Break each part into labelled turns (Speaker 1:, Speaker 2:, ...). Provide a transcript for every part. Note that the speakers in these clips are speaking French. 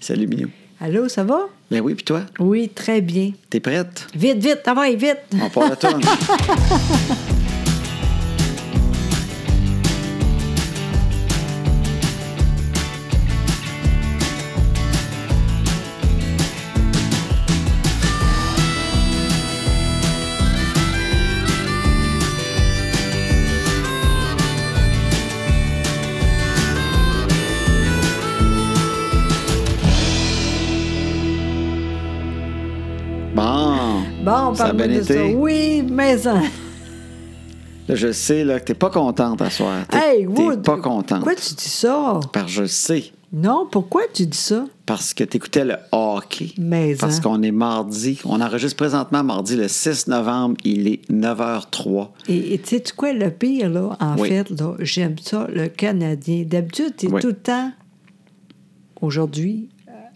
Speaker 1: Salut, Minou.
Speaker 2: Allô, ça va?
Speaker 1: Ben oui, puis toi,
Speaker 2: Oui, très bien.
Speaker 1: t'es prête?
Speaker 2: Vite, vite, travaille, vite.
Speaker 1: On part la tourne. Bon.
Speaker 2: Bon,
Speaker 1: Ça a
Speaker 2: parle-moi
Speaker 1: bien
Speaker 2: de ça.
Speaker 1: été.
Speaker 2: Oui, maison.
Speaker 1: Là, je sais là, que t'es pas contente à soir. T'es,
Speaker 2: Hey,
Speaker 1: t'es
Speaker 2: Wood.
Speaker 1: pas contente.
Speaker 2: Pourquoi tu dis ça?
Speaker 1: Parce que je sais.
Speaker 2: Non, pourquoi tu dis ça?
Speaker 1: Parce que t'écoutais le hockey.
Speaker 2: Mais,
Speaker 1: Parce
Speaker 2: hein.
Speaker 1: qu'on est mardi. On enregistre présentement mardi le 6 novembre. Il est 9h03.
Speaker 2: Et et tu sais quoi, le pire, là, en
Speaker 1: Oui.
Speaker 2: fait, là, j'aime ça, le Canadien. D'habitude, tu
Speaker 1: Oui.
Speaker 2: tout le temps aujourd'hui,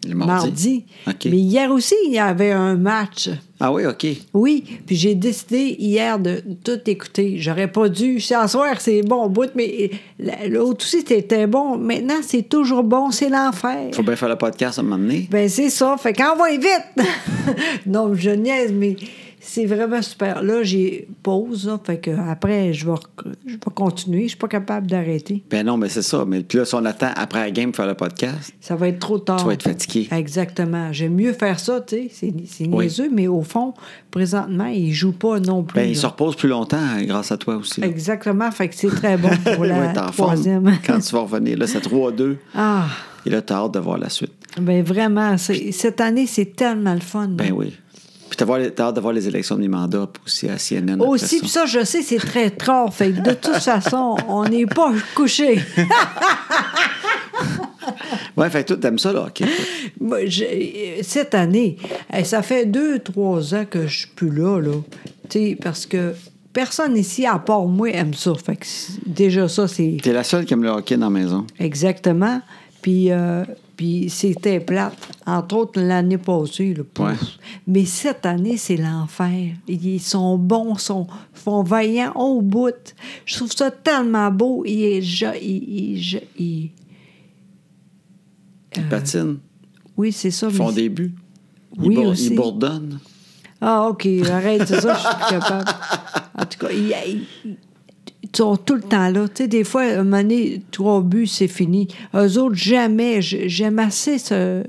Speaker 1: Le
Speaker 2: mardi.
Speaker 1: OK.
Speaker 2: Mais hier aussi, il y avait un match.
Speaker 1: Ah oui, OK.
Speaker 2: Oui, puis j'ai décidé hier de tout écouter. J'aurais pas dû. C'est en soir, c'est bon au bout, mais la- l'autre aussi, c'était bon. Maintenant, c'est toujours bon, c'est l'enfer.
Speaker 1: Faut bien faire le podcast à un moment donné.
Speaker 2: Ben, c'est ça. Fait qu'envoie vite! non, je niaise, mais c'est vraiment super. Là, j'ai pause, là, Fait que après, je vais, rec- je vais continuer. Je suis pas capable d'arrêter.
Speaker 1: Ben non, mais c'est ça. Mais puis là, si on attend après la game pour faire le podcast,
Speaker 2: Ça va être trop tard.
Speaker 1: tu vas être fatigué.
Speaker 2: Exactement. J'aime mieux faire ça, tu sais. C'est, c'est
Speaker 1: Oui.
Speaker 2: niaiseux, mais au fond, présentement, il joue pas non plus.
Speaker 1: Ben, il
Speaker 2: là.
Speaker 1: se repose plus longtemps hein, grâce à toi aussi. là.
Speaker 2: Exactement. Fait que c'est très bon pour
Speaker 1: Il va
Speaker 2: la
Speaker 1: être en forme
Speaker 2: troisième.
Speaker 1: quand tu vas revenir. Là, c'est 3-2.
Speaker 2: Ah,
Speaker 1: Et là, t'as hâte de voir la suite.
Speaker 2: ben vraiment. c'est- cette année, c'est tellement le fun.
Speaker 1: Ben oui. Puis t'as voir- t'as hâte de voir les élections du mandat aussi à CNN. après
Speaker 2: Aussi,
Speaker 1: ça.
Speaker 2: puis ça, je sais, c'est très tard. Fait que de toute façon, on n'est pas couché.
Speaker 1: Ouais, fait que toi, t'aimes ça, là, OK.
Speaker 2: Ah. Moi, j'ai- Cette année, eh, ça fait deux, trois ans que je suis plus là, là. Tu sais, parce que personne ici, à part moi, aime ça. Fait que c'est- déjà, ça, c'est
Speaker 1: T'es la seule qui aime le hockey dans la maison.
Speaker 2: Euh, exactement. Puis, euh, puis c'était plate. Entre autres, l'année passée, là, pouf.
Speaker 1: Ouais.
Speaker 2: Mais cette année, c'est l'enfer. Ils sont bons, sont, sont vaillants au bout. Je trouve ça tellement beau. Ils, je- ils- ils- je- ils-
Speaker 1: Ils patinent,
Speaker 2: oui, c'est ça.
Speaker 1: ils font
Speaker 2: mais-
Speaker 1: des buts.
Speaker 2: Oui,
Speaker 1: ils, bour-
Speaker 2: aussi.
Speaker 1: ils bourdonnent.
Speaker 2: Ah, OK, arrête, c'est ça, je suis plus capable. En tout cas, ils, ils- ils sont tout le temps là. Tu sais, des fois, un moment donné, trois buts, c'est fini. Eux autres, jamais. J- J'aime assez ce-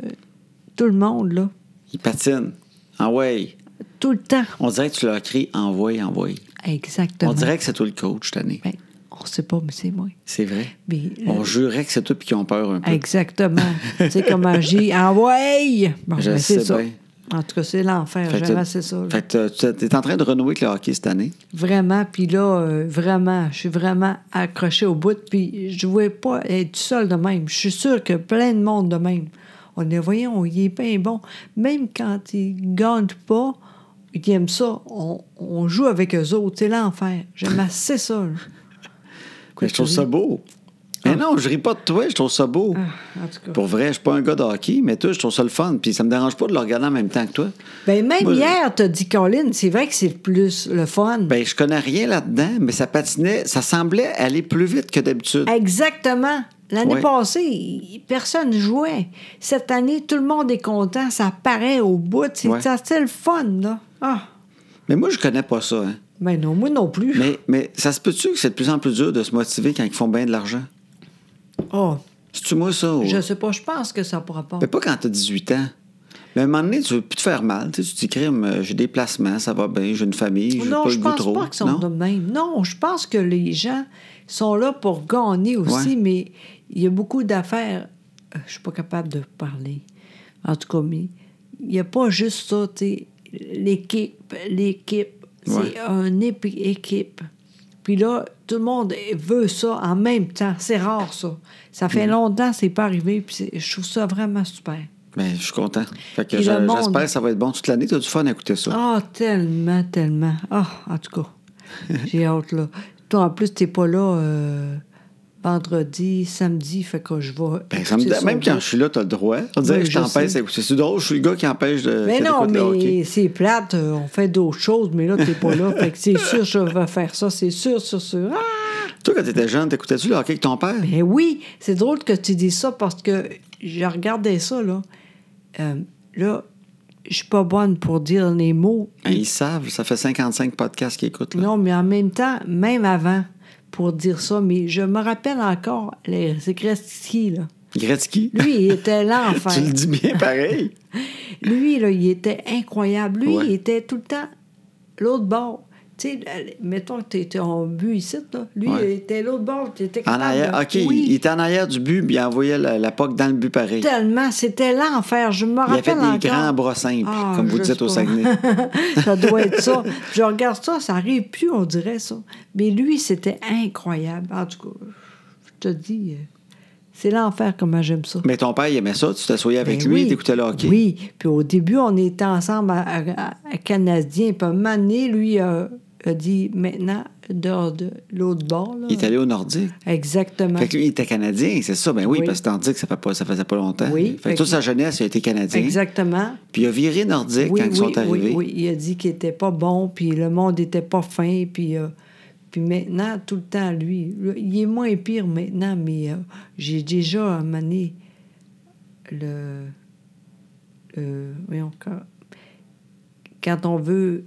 Speaker 2: tout le monde, là.
Speaker 1: Ils patinent. Envoyez.
Speaker 2: Tout le temps.
Speaker 1: On dirait que tu leur cries envoyez, envoyez.
Speaker 2: Exactement.
Speaker 1: On dirait que c'est toi le coach cette année.
Speaker 2: Ben, on sait pas, mais c'est moi.
Speaker 1: C'est vrai.
Speaker 2: Mais,
Speaker 1: On
Speaker 2: euh,
Speaker 1: jurait que c'est toi puis qu'ils ont peur un peu.
Speaker 2: Exactement. tu sais comment j'ai. Envoye! Ah Bon,
Speaker 1: Je
Speaker 2: ben, c'est
Speaker 1: sais
Speaker 2: ça.
Speaker 1: bien.
Speaker 2: En tout cas, c'est l'enfer.
Speaker 1: Fait que
Speaker 2: J'aime
Speaker 1: t'as-
Speaker 2: assez ça. là.
Speaker 1: Fait que t'as- t'es en train de renouer avec le hockey cette année.
Speaker 2: Vraiment, puis là, euh, vraiment, je suis vraiment accrochée au bout, puis je ne voulais pas être seule de même. Je suis sûre que plein de monde de même. On les voyait, on y est bien bon. Même quand ils ne gagnent pas, ils aiment ça. On, on joue avec eux autres. C'est l'enfer. J'aime assez ça. là.
Speaker 1: Mais je trouve ça beau. Mais non, je ris pas de toi, je trouve ça beau.
Speaker 2: Ah, en tout cas.
Speaker 1: Pour vrai, je suis pas un gars de hockey, mais toi, je trouve ça le fun. Puis ça me dérange pas de le regarder en même temps que toi.
Speaker 2: Ben, même
Speaker 1: Moi, je-
Speaker 2: hier, tu as dit, Colin, c'est vrai que c'est plus le fun.
Speaker 1: Ben, je connais rien là-dedans, mais ça patinait, ça semblait aller plus vite que d'habitude.
Speaker 2: Exactement. L'année
Speaker 1: Ouais.
Speaker 2: passée, y- personne jouait. Cette année, tout le monde est content. Ça paraît au bout. C'est
Speaker 1: Ouais.
Speaker 2: ça, c'est le fun, là. Ah,
Speaker 1: Mais moi, je connais pas ça. hein.
Speaker 2: mais non, moi non plus.
Speaker 1: Mais, mais ça se peut-tu que c'est de plus en plus dur de se motiver quand ils font bien de l'argent?
Speaker 2: Oh,
Speaker 1: C'est-tu moi ça? ou-
Speaker 2: je sais pas, je pense que ça pourra pas.
Speaker 1: Mais pas quand t'as 18 ans. Mais à un moment donné, tu veux plus te faire mal. Tu sais, tu te dis, Crime, euh, j'ai des placements, ça va bien, j'ai une famille, j'ai
Speaker 2: Non,
Speaker 1: pas
Speaker 2: je
Speaker 1: le goût
Speaker 2: pense
Speaker 1: trop.
Speaker 2: pas qu'ils sont
Speaker 1: non?
Speaker 2: de même. Non, je pense que les gens sont là pour gagner aussi,
Speaker 1: Ouais.
Speaker 2: mais il y a beaucoup d'affaires. Euh, Je suis pas capable de parler. En tout cas, mais il n'y a pas juste ça, tu sais. L'équipe, l'équipe,
Speaker 1: Ouais.
Speaker 2: c'est un épi- équipe. Puis là, tout le monde veut ça en même temps. C'est rare, ça. Ça fait
Speaker 1: Mm.
Speaker 2: longtemps que c'est pas arrivé, puis c'est- je trouve ça vraiment super.
Speaker 1: Ben, je suis content. Fait que
Speaker 2: Puis
Speaker 1: je-
Speaker 2: le monde.
Speaker 1: j'espère que ça va être bon toute l'année. T'as du fun à écouter ça.
Speaker 2: Ah, tellement, tellement. Ah, en tout cas, j'ai hâte, là. Toi, en plus, t'es pas là euh, vendredi, samedi, fait que je vais.
Speaker 1: Ben, ça me
Speaker 2: écouter
Speaker 1: dé- même
Speaker 2: sur-
Speaker 1: quand je suis là, t'as le droit. On dirait
Speaker 2: Oui,
Speaker 1: que je
Speaker 2: je
Speaker 1: t'empêche
Speaker 2: sais.
Speaker 1: d'écouter. C'est drôle, je suis le gars qui empêche de.
Speaker 2: Mais
Speaker 1: que
Speaker 2: non,
Speaker 1: t'écoutes le hockey.
Speaker 2: mais c'est plate, euh, on fait d'autres choses, mais là, t'es pas là. fait que c'est sûr, je vais faire ça, c'est sûr, sûr, sûr. Ah! Eh
Speaker 1: Toi, quand t'étais jeune, t'écoutais-tu le hockey avec ton père?
Speaker 2: Ben oui, c'est drôle que tu dis ça parce que je regardais ça, là. Euh, là, je suis pas bonne pour dire les mots.
Speaker 1: Ben, ils savent, ça fait 55 podcasts qu'ils écoutent. Là.
Speaker 2: Non, mais en même temps, même avant, pour dire ça, mais je me rappelle encore, les... c'est Gretzky, là.
Speaker 1: Gretzky?
Speaker 2: Lui, il était l'enfer.
Speaker 1: tu le dis bien pareil.
Speaker 2: Lui, là, il était incroyable. Lui,
Speaker 1: Ouais.
Speaker 2: il était tout le temps l'autre bord. Tu sais, là, mettons que tu en but ici, là. Lui,
Speaker 1: Ouais.
Speaker 2: il était l'autre bord. Il était
Speaker 1: En
Speaker 2: capable
Speaker 1: arrière,
Speaker 2: de-
Speaker 1: OK,
Speaker 2: Ah, ben Oui,
Speaker 1: il était en arrière du but, puis il envoyait la, la POC dans le but pareil.
Speaker 2: tellement. C'était l'enfer. Je me
Speaker 1: Il a
Speaker 2: rappelle
Speaker 1: fait des
Speaker 2: encore.
Speaker 1: grands bras simples,
Speaker 2: Ah,
Speaker 1: comme vous
Speaker 2: je
Speaker 1: dites
Speaker 2: sais
Speaker 1: au
Speaker 2: pas.
Speaker 1: Saguenay.
Speaker 2: ça doit être ça. Je regarde ça, ça arrive plus, on dirait ça. Mais lui, c'était incroyable. En tout cas, je te dis, euh, c'est l'enfer comment j'aime ça.
Speaker 1: Mais ton père, il aimait ça. Tu t'assoyais avec
Speaker 2: Ben
Speaker 1: lui,
Speaker 2: oui.
Speaker 1: t'écoutais le hockey.
Speaker 2: Oui. Puis au début, on était ensemble à, à- à Canadien. Puis à un moment donné, lui a, a dit maintenant, dehors de l'autre bord. là.
Speaker 1: Il est allé au Nordique.
Speaker 2: Exactement.
Speaker 1: Fait que lui, il était canadien, c'est ça. Ben oui,
Speaker 2: Oui.
Speaker 1: parce que Nordique, ça, fait pas, ça faisait pas longtemps.
Speaker 2: Oui,
Speaker 1: Fait que
Speaker 2: fait
Speaker 1: toute
Speaker 2: que-
Speaker 1: sa jeunesse, il a été canadien.
Speaker 2: Exactement.
Speaker 1: Puis il a viré Nordique
Speaker 2: Oui,
Speaker 1: quand ils
Speaker 2: oui,
Speaker 1: sont arrivés.
Speaker 2: oui, oui. Il a dit qu'il était pas bon, puis le monde était pas fin, puis. euh, puis maintenant, tout le temps, lui, le- il est moins pire maintenant, mais euh, j'ai déjà amené le. le- voyons, quand, quand on veut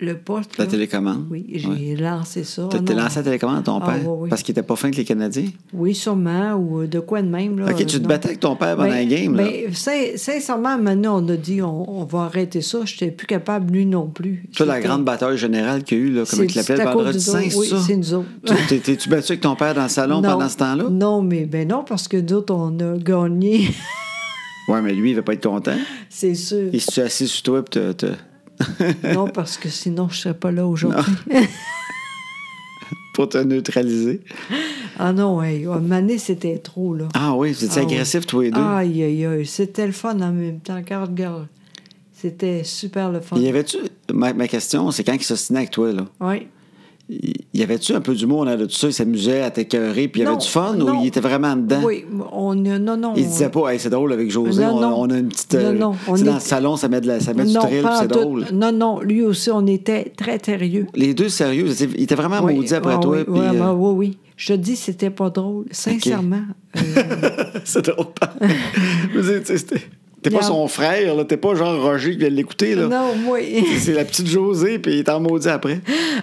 Speaker 2: le poste.
Speaker 1: La
Speaker 2: là.
Speaker 1: télécommande.
Speaker 2: Oui, j'ai
Speaker 1: Ouais.
Speaker 2: lancé ça.
Speaker 1: T'as
Speaker 2: Ah,
Speaker 1: t'as
Speaker 2: non.
Speaker 1: lancé la télécommande à ton
Speaker 2: Ah,
Speaker 1: père
Speaker 2: oui, oui.
Speaker 1: parce qu'il était pas fin avec les Canadiens.
Speaker 2: Oui, sûrement, ou euh, de quoi de même. Là,
Speaker 1: OK, tu te
Speaker 2: Ah, non.
Speaker 1: battais avec ton père pendant la
Speaker 2: Ben-
Speaker 1: game. là.
Speaker 2: ben, sin- sincèrement, maintenant, on a dit on, on va arrêter ça. Je n'étais plus capable, lui non plus.
Speaker 1: Toi, la
Speaker 2: C'était-
Speaker 1: grande bataille générale qu'il y a eu, là, comment
Speaker 2: C'est-
Speaker 1: il l'appelle,
Speaker 2: c'est à
Speaker 1: vendredi
Speaker 2: cause des autres.
Speaker 1: saint, c'est
Speaker 2: Oui,
Speaker 1: ça?
Speaker 2: c'est nous autres.
Speaker 1: Tu- t'es- T'es-tu battu avec ton père dans le salon
Speaker 2: Non.
Speaker 1: pendant ce temps-là?
Speaker 2: Non, mais ben non, parce que d'autres, on a gagné,
Speaker 1: Ouais, mais lui, il va pas être content.
Speaker 2: c'est sûr.
Speaker 1: Il s'est assis sur toi, puis t'as- t'as-
Speaker 2: non, parce que sinon, je ne serais pas là aujourd'hui.
Speaker 1: pour te neutraliser.
Speaker 2: Ah non, hey, à un moment donné, c'était trop, là.
Speaker 1: Ah oui, vous étiez
Speaker 2: Ah oui.
Speaker 1: agressifs, tous les deux.
Speaker 2: Aïe, aïe, aïe. C'était le fun en même temps. Regarde, regarde. C'était super le fun.
Speaker 1: Il y avait-tu. Ma, ma question, c'est quand il s'ostinait avec toi, là.
Speaker 2: Oui.
Speaker 1: Il il y avait-tu un peu d'humour en a de tout ça? Il s'amusait à t'écœurer, puis il y avait
Speaker 2: Non,
Speaker 1: du fun ou
Speaker 2: non.
Speaker 1: il était vraiment dedans?
Speaker 2: Oui, on a... Non, non.
Speaker 1: Il disait pas, hey, c'est drôle avec José,
Speaker 2: Non,
Speaker 1: on,
Speaker 2: non.
Speaker 1: on a une petite.
Speaker 2: Non,
Speaker 1: euh,
Speaker 2: non,
Speaker 1: tu
Speaker 2: on
Speaker 1: sais, dans
Speaker 2: est-
Speaker 1: le salon, ça met, de la, ça met du
Speaker 2: non,
Speaker 1: thrill, puis
Speaker 2: pas en
Speaker 1: c'est
Speaker 2: tout.
Speaker 1: drôle.
Speaker 2: Non, non, lui aussi, on était très sérieux.
Speaker 1: Les deux sérieux, ils étaient- ils étaient vraiment
Speaker 2: Oui,
Speaker 1: maudits après
Speaker 2: ah
Speaker 1: toi.
Speaker 2: Oui,
Speaker 1: puis,
Speaker 2: ouais,
Speaker 1: euh,
Speaker 2: bah, oui, oui. Je te dis, c'était pas drôle. Sincèrement. euh,
Speaker 1: c'est drôle. Je veux dire, tu sais, c'était- T'es pas
Speaker 2: Non.
Speaker 1: son frère, là. T'es pas genre Roger qui vient l'écouter, là.
Speaker 2: non, moi.
Speaker 1: C'est la petite Josée, puis il est en maudit après.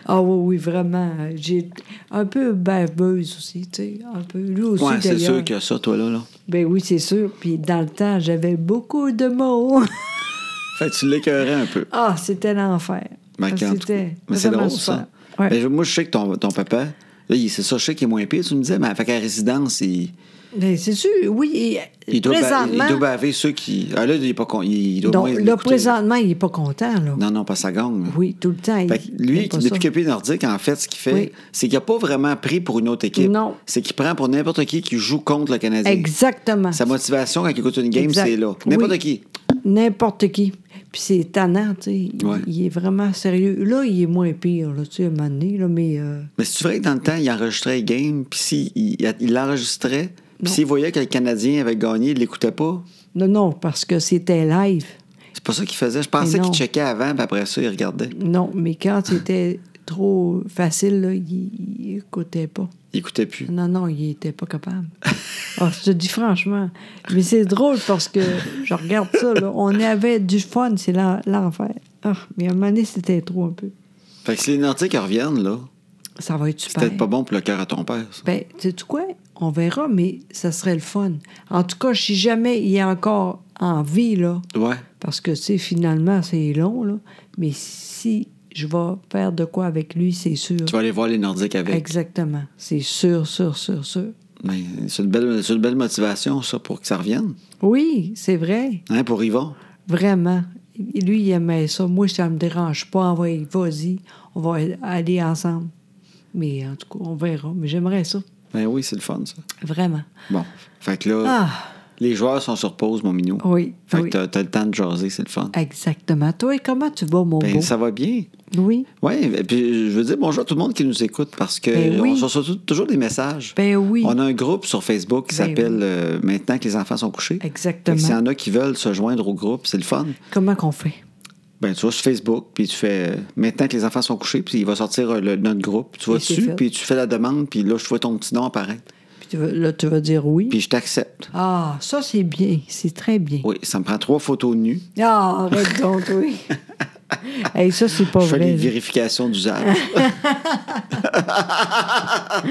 Speaker 2: ah oui, oui, vraiment. J'ai un peu baveuse aussi, tu sais. Un peu. Lui aussi,
Speaker 1: Ouais, c'est
Speaker 2: d'ailleurs.
Speaker 1: sûr que ça, toi, là. là.
Speaker 2: Ben oui, c'est sûr. Puis dans le temps, j'avais beaucoup de mots.
Speaker 1: Fait que tu l'écœurais un peu.
Speaker 2: ah, c'était l'enfer.
Speaker 1: Mais quand-
Speaker 2: Ah, C'était
Speaker 1: mais c'est
Speaker 2: vraiment
Speaker 1: drôle,
Speaker 2: super.
Speaker 1: ça.
Speaker 2: Ouais.
Speaker 1: Ben, je- moi, je sais que ton, ton papa, là, il- c'est ça, je sais qu'il est moins pire, tu me disais, mais fait qu'à résidence, il,
Speaker 2: Ben, c'est sûr, oui. et
Speaker 1: il, doit, ba- il
Speaker 2: présentement,
Speaker 1: doit baver ceux qui. Ah, là, il est pas con. Il, il doit
Speaker 2: donc,
Speaker 1: moins
Speaker 2: là,
Speaker 1: l'écouter.
Speaker 2: présentement, il est pas content, là.
Speaker 1: Non, non, pas sa gang. là.
Speaker 2: Oui, tout le temps. il-
Speaker 1: Fait que
Speaker 2: il
Speaker 1: lui,
Speaker 2: aime pas
Speaker 1: qui- depuis
Speaker 2: ça.
Speaker 1: qu'il est plus nordique, en fait, ce qu'il fait,
Speaker 2: Oui.
Speaker 1: c'est qu'il n'a pas vraiment pris pour une autre équipe.
Speaker 2: Non.
Speaker 1: C'est qu'il prend pour n'importe qui qui joue contre le Canadien.
Speaker 2: Exactement.
Speaker 1: Sa motivation quand il écoute une game,
Speaker 2: Exact.
Speaker 1: c'est là. N'importe
Speaker 2: Oui.
Speaker 1: qui.
Speaker 2: N'importe qui. Puis c'est étonnant, tu sais. Il,
Speaker 1: Ouais.
Speaker 2: il est vraiment sérieux. Là, il est moins pire, là, tu sais, à un moment donné, là, mais... euh,
Speaker 1: Mais c'est vrai que dans le temps, il enregistrait les games, puis s'il il, il l'enregistrait, puis
Speaker 2: Non.
Speaker 1: s'il voyait que le Canadien avait gagné, il ne l'écoutait pas.
Speaker 2: Non, non, parce que c'était live.
Speaker 1: C'est pas ça qu'il faisait. Je pensais
Speaker 2: Mais non.
Speaker 1: qu'il checkait avant, puis après ça, il regardait.
Speaker 2: Non, mais quand c'était trop facile, là, il, il écoutait pas.
Speaker 1: Il écoutait plus.
Speaker 2: Non, non, il était pas capable. Ah, je te dis franchement. Mais c'est drôle parce que je regarde ça, là. On avait du fun, c'est l'en- l'enfer. Ah, mais à un moment donné, c'était trop un peu.
Speaker 1: Fait que si les Nordiques reviennent, là,
Speaker 2: Ça va être
Speaker 1: c'est
Speaker 2: super.
Speaker 1: peut-être pas bon pour le cœur à ton père. ça.
Speaker 2: Ben, tu sais quoi? On verra, mais ça serait le fun. En tout cas, si jamais il est encore en vie, là,
Speaker 1: Ouais.
Speaker 2: parce que, tu sais, finalement, c'est long, là, mais si je vais faire de quoi avec lui, c'est sûr.
Speaker 1: Tu vas aller voir les Nordiques avec.
Speaker 2: Exactement. C'est sûr, sûr, sûr, sûr.
Speaker 1: Mais Ben, c'est une, belle, c'est une belle motivation, ça, pour que ça revienne.
Speaker 2: Oui, c'est vrai.
Speaker 1: Hein, pour Yvon.
Speaker 2: Vraiment. Lui, il aimait ça. Moi, ça me dérange pas. On va y- Vas-y, on va aller ensemble. Mais en tout cas, on verra. Mais j'aimerais ça.
Speaker 1: Ben oui, c'est le fun, ça.
Speaker 2: Vraiment.
Speaker 1: Bon. Fait que là,
Speaker 2: Ah,
Speaker 1: les joueurs sont sur pause, mon minou.
Speaker 2: oui.
Speaker 1: Fait
Speaker 2: oui.
Speaker 1: que t'as, t'as le temps de jaser, c'est le fun.
Speaker 2: Exactement. Toi, comment tu vas, mon
Speaker 1: Ben,
Speaker 2: Oh, beau?
Speaker 1: ça va bien.
Speaker 2: Oui.
Speaker 1: Oui, puis je veux dire bonjour à tout le monde qui nous écoute parce que
Speaker 2: Ben oui.
Speaker 1: on reçoit surtout- toujours des messages.
Speaker 2: Ben oui.
Speaker 1: On a un groupe sur Facebook qui
Speaker 2: Ben
Speaker 1: s'appelle
Speaker 2: oui.
Speaker 1: euh, Maintenant que les enfants sont couchés.
Speaker 2: Exactement.
Speaker 1: Fait que S'il y en a qui veulent se joindre au groupe, c'est le fun.
Speaker 2: Comment qu'on fait?
Speaker 1: Ben, tu vas sur Facebook, puis tu fais euh, Maintenant que les enfants sont couchés, puis il va sortir euh, le- notre groupe. Tu vas
Speaker 2: Et c'est
Speaker 1: dessus,
Speaker 2: fait.
Speaker 1: puis tu fais la demande, puis là, je vois ton petit nom apparaître.
Speaker 2: Puis Puis tu vas- là, tu vas dire oui.
Speaker 1: Puis je t'accepte.
Speaker 2: Ah, ça, c'est bien. C'est très bien.
Speaker 1: Oui, ça me prend trois photos nues.
Speaker 2: Ah, arrête donc, oui. Hey, ça, c'est pas
Speaker 1: je fais
Speaker 2: vrai.
Speaker 1: des
Speaker 2: là.
Speaker 1: vérifications d'usage.
Speaker 2: Ah,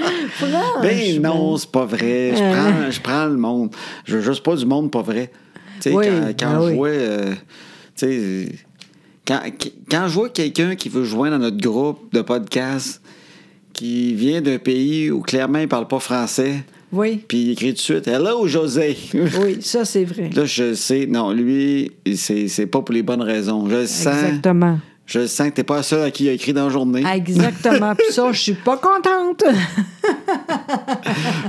Speaker 1: ben non, c'est pas vrai. Je prends, je prends le monde. Je veux juste pas du monde pas vrai. Tu sais,
Speaker 2: Oui,
Speaker 1: quand, quand
Speaker 2: ben
Speaker 1: je
Speaker 2: oui.
Speaker 1: vois. euh, tu sais, quand, quand je vois quelqu'un qui veut joindre à notre groupe de podcast, qui vient d'un pays où clairement il parle pas français,
Speaker 2: Oui,
Speaker 1: puis il écrit tout de suite Hello José!
Speaker 2: oui, ça, c'est vrai.
Speaker 1: Là, je sais, non, lui, c'est c'est pas pour les bonnes raisons. Je le sens.
Speaker 2: Exactement.
Speaker 1: Je le sens que t'es pas seul à qui il a écrit dans la journée.
Speaker 2: Exactement. Puis ça, je suis pas contente.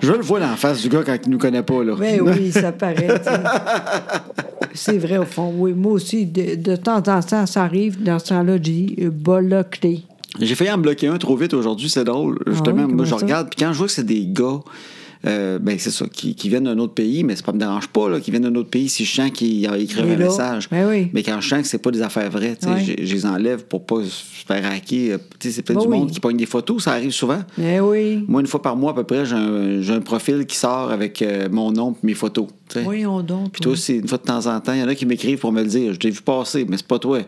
Speaker 1: Je le vois dans la face du gars quand il nous connaît pas, là.
Speaker 2: Ben oui, ça paraît. tu sais. C'est vrai, au fond. Oui, moi aussi, de, de temps en temps, ça arrive. Dans ce temps-là, je dis euh, bas la clé.
Speaker 1: J'ai failli en bloquer un trop vite aujourd'hui, c'est drôle. Justement,
Speaker 2: oui,
Speaker 1: moi,
Speaker 2: Ah comment
Speaker 1: je
Speaker 2: ça?
Speaker 1: regarde, puis quand je vois que c'est des gars, euh, ben c'est ça, qui, qui viennent d'un autre pays, mais ça pas me dérange pas, là, qui viennent d'un autre pays si je sens qu'ils a écrit
Speaker 2: Il est
Speaker 1: un
Speaker 2: là.
Speaker 1: message.
Speaker 2: Ben oui.
Speaker 1: Mais quand je sens que c'est pas des affaires vraies, tu sais,
Speaker 2: Ouais.
Speaker 1: je je les enlève pour pas se faire hacker. euh, Tu sais, c'est peut-être
Speaker 2: Ben
Speaker 1: du
Speaker 2: oui.
Speaker 1: monde qui pogne des photos, ça arrive souvent.
Speaker 2: Ben oui.
Speaker 1: Moi, une fois par mois, à peu près, j'ai un, j'ai un profil qui sort avec euh, mon nom et mes photos. tu sais.
Speaker 2: Voyons donc.
Speaker 1: Puis toi, c'est une fois de temps en temps, il y en a qui m'écrivent pour me le dire. Je t'ai vu passer, mais c'est pas toi.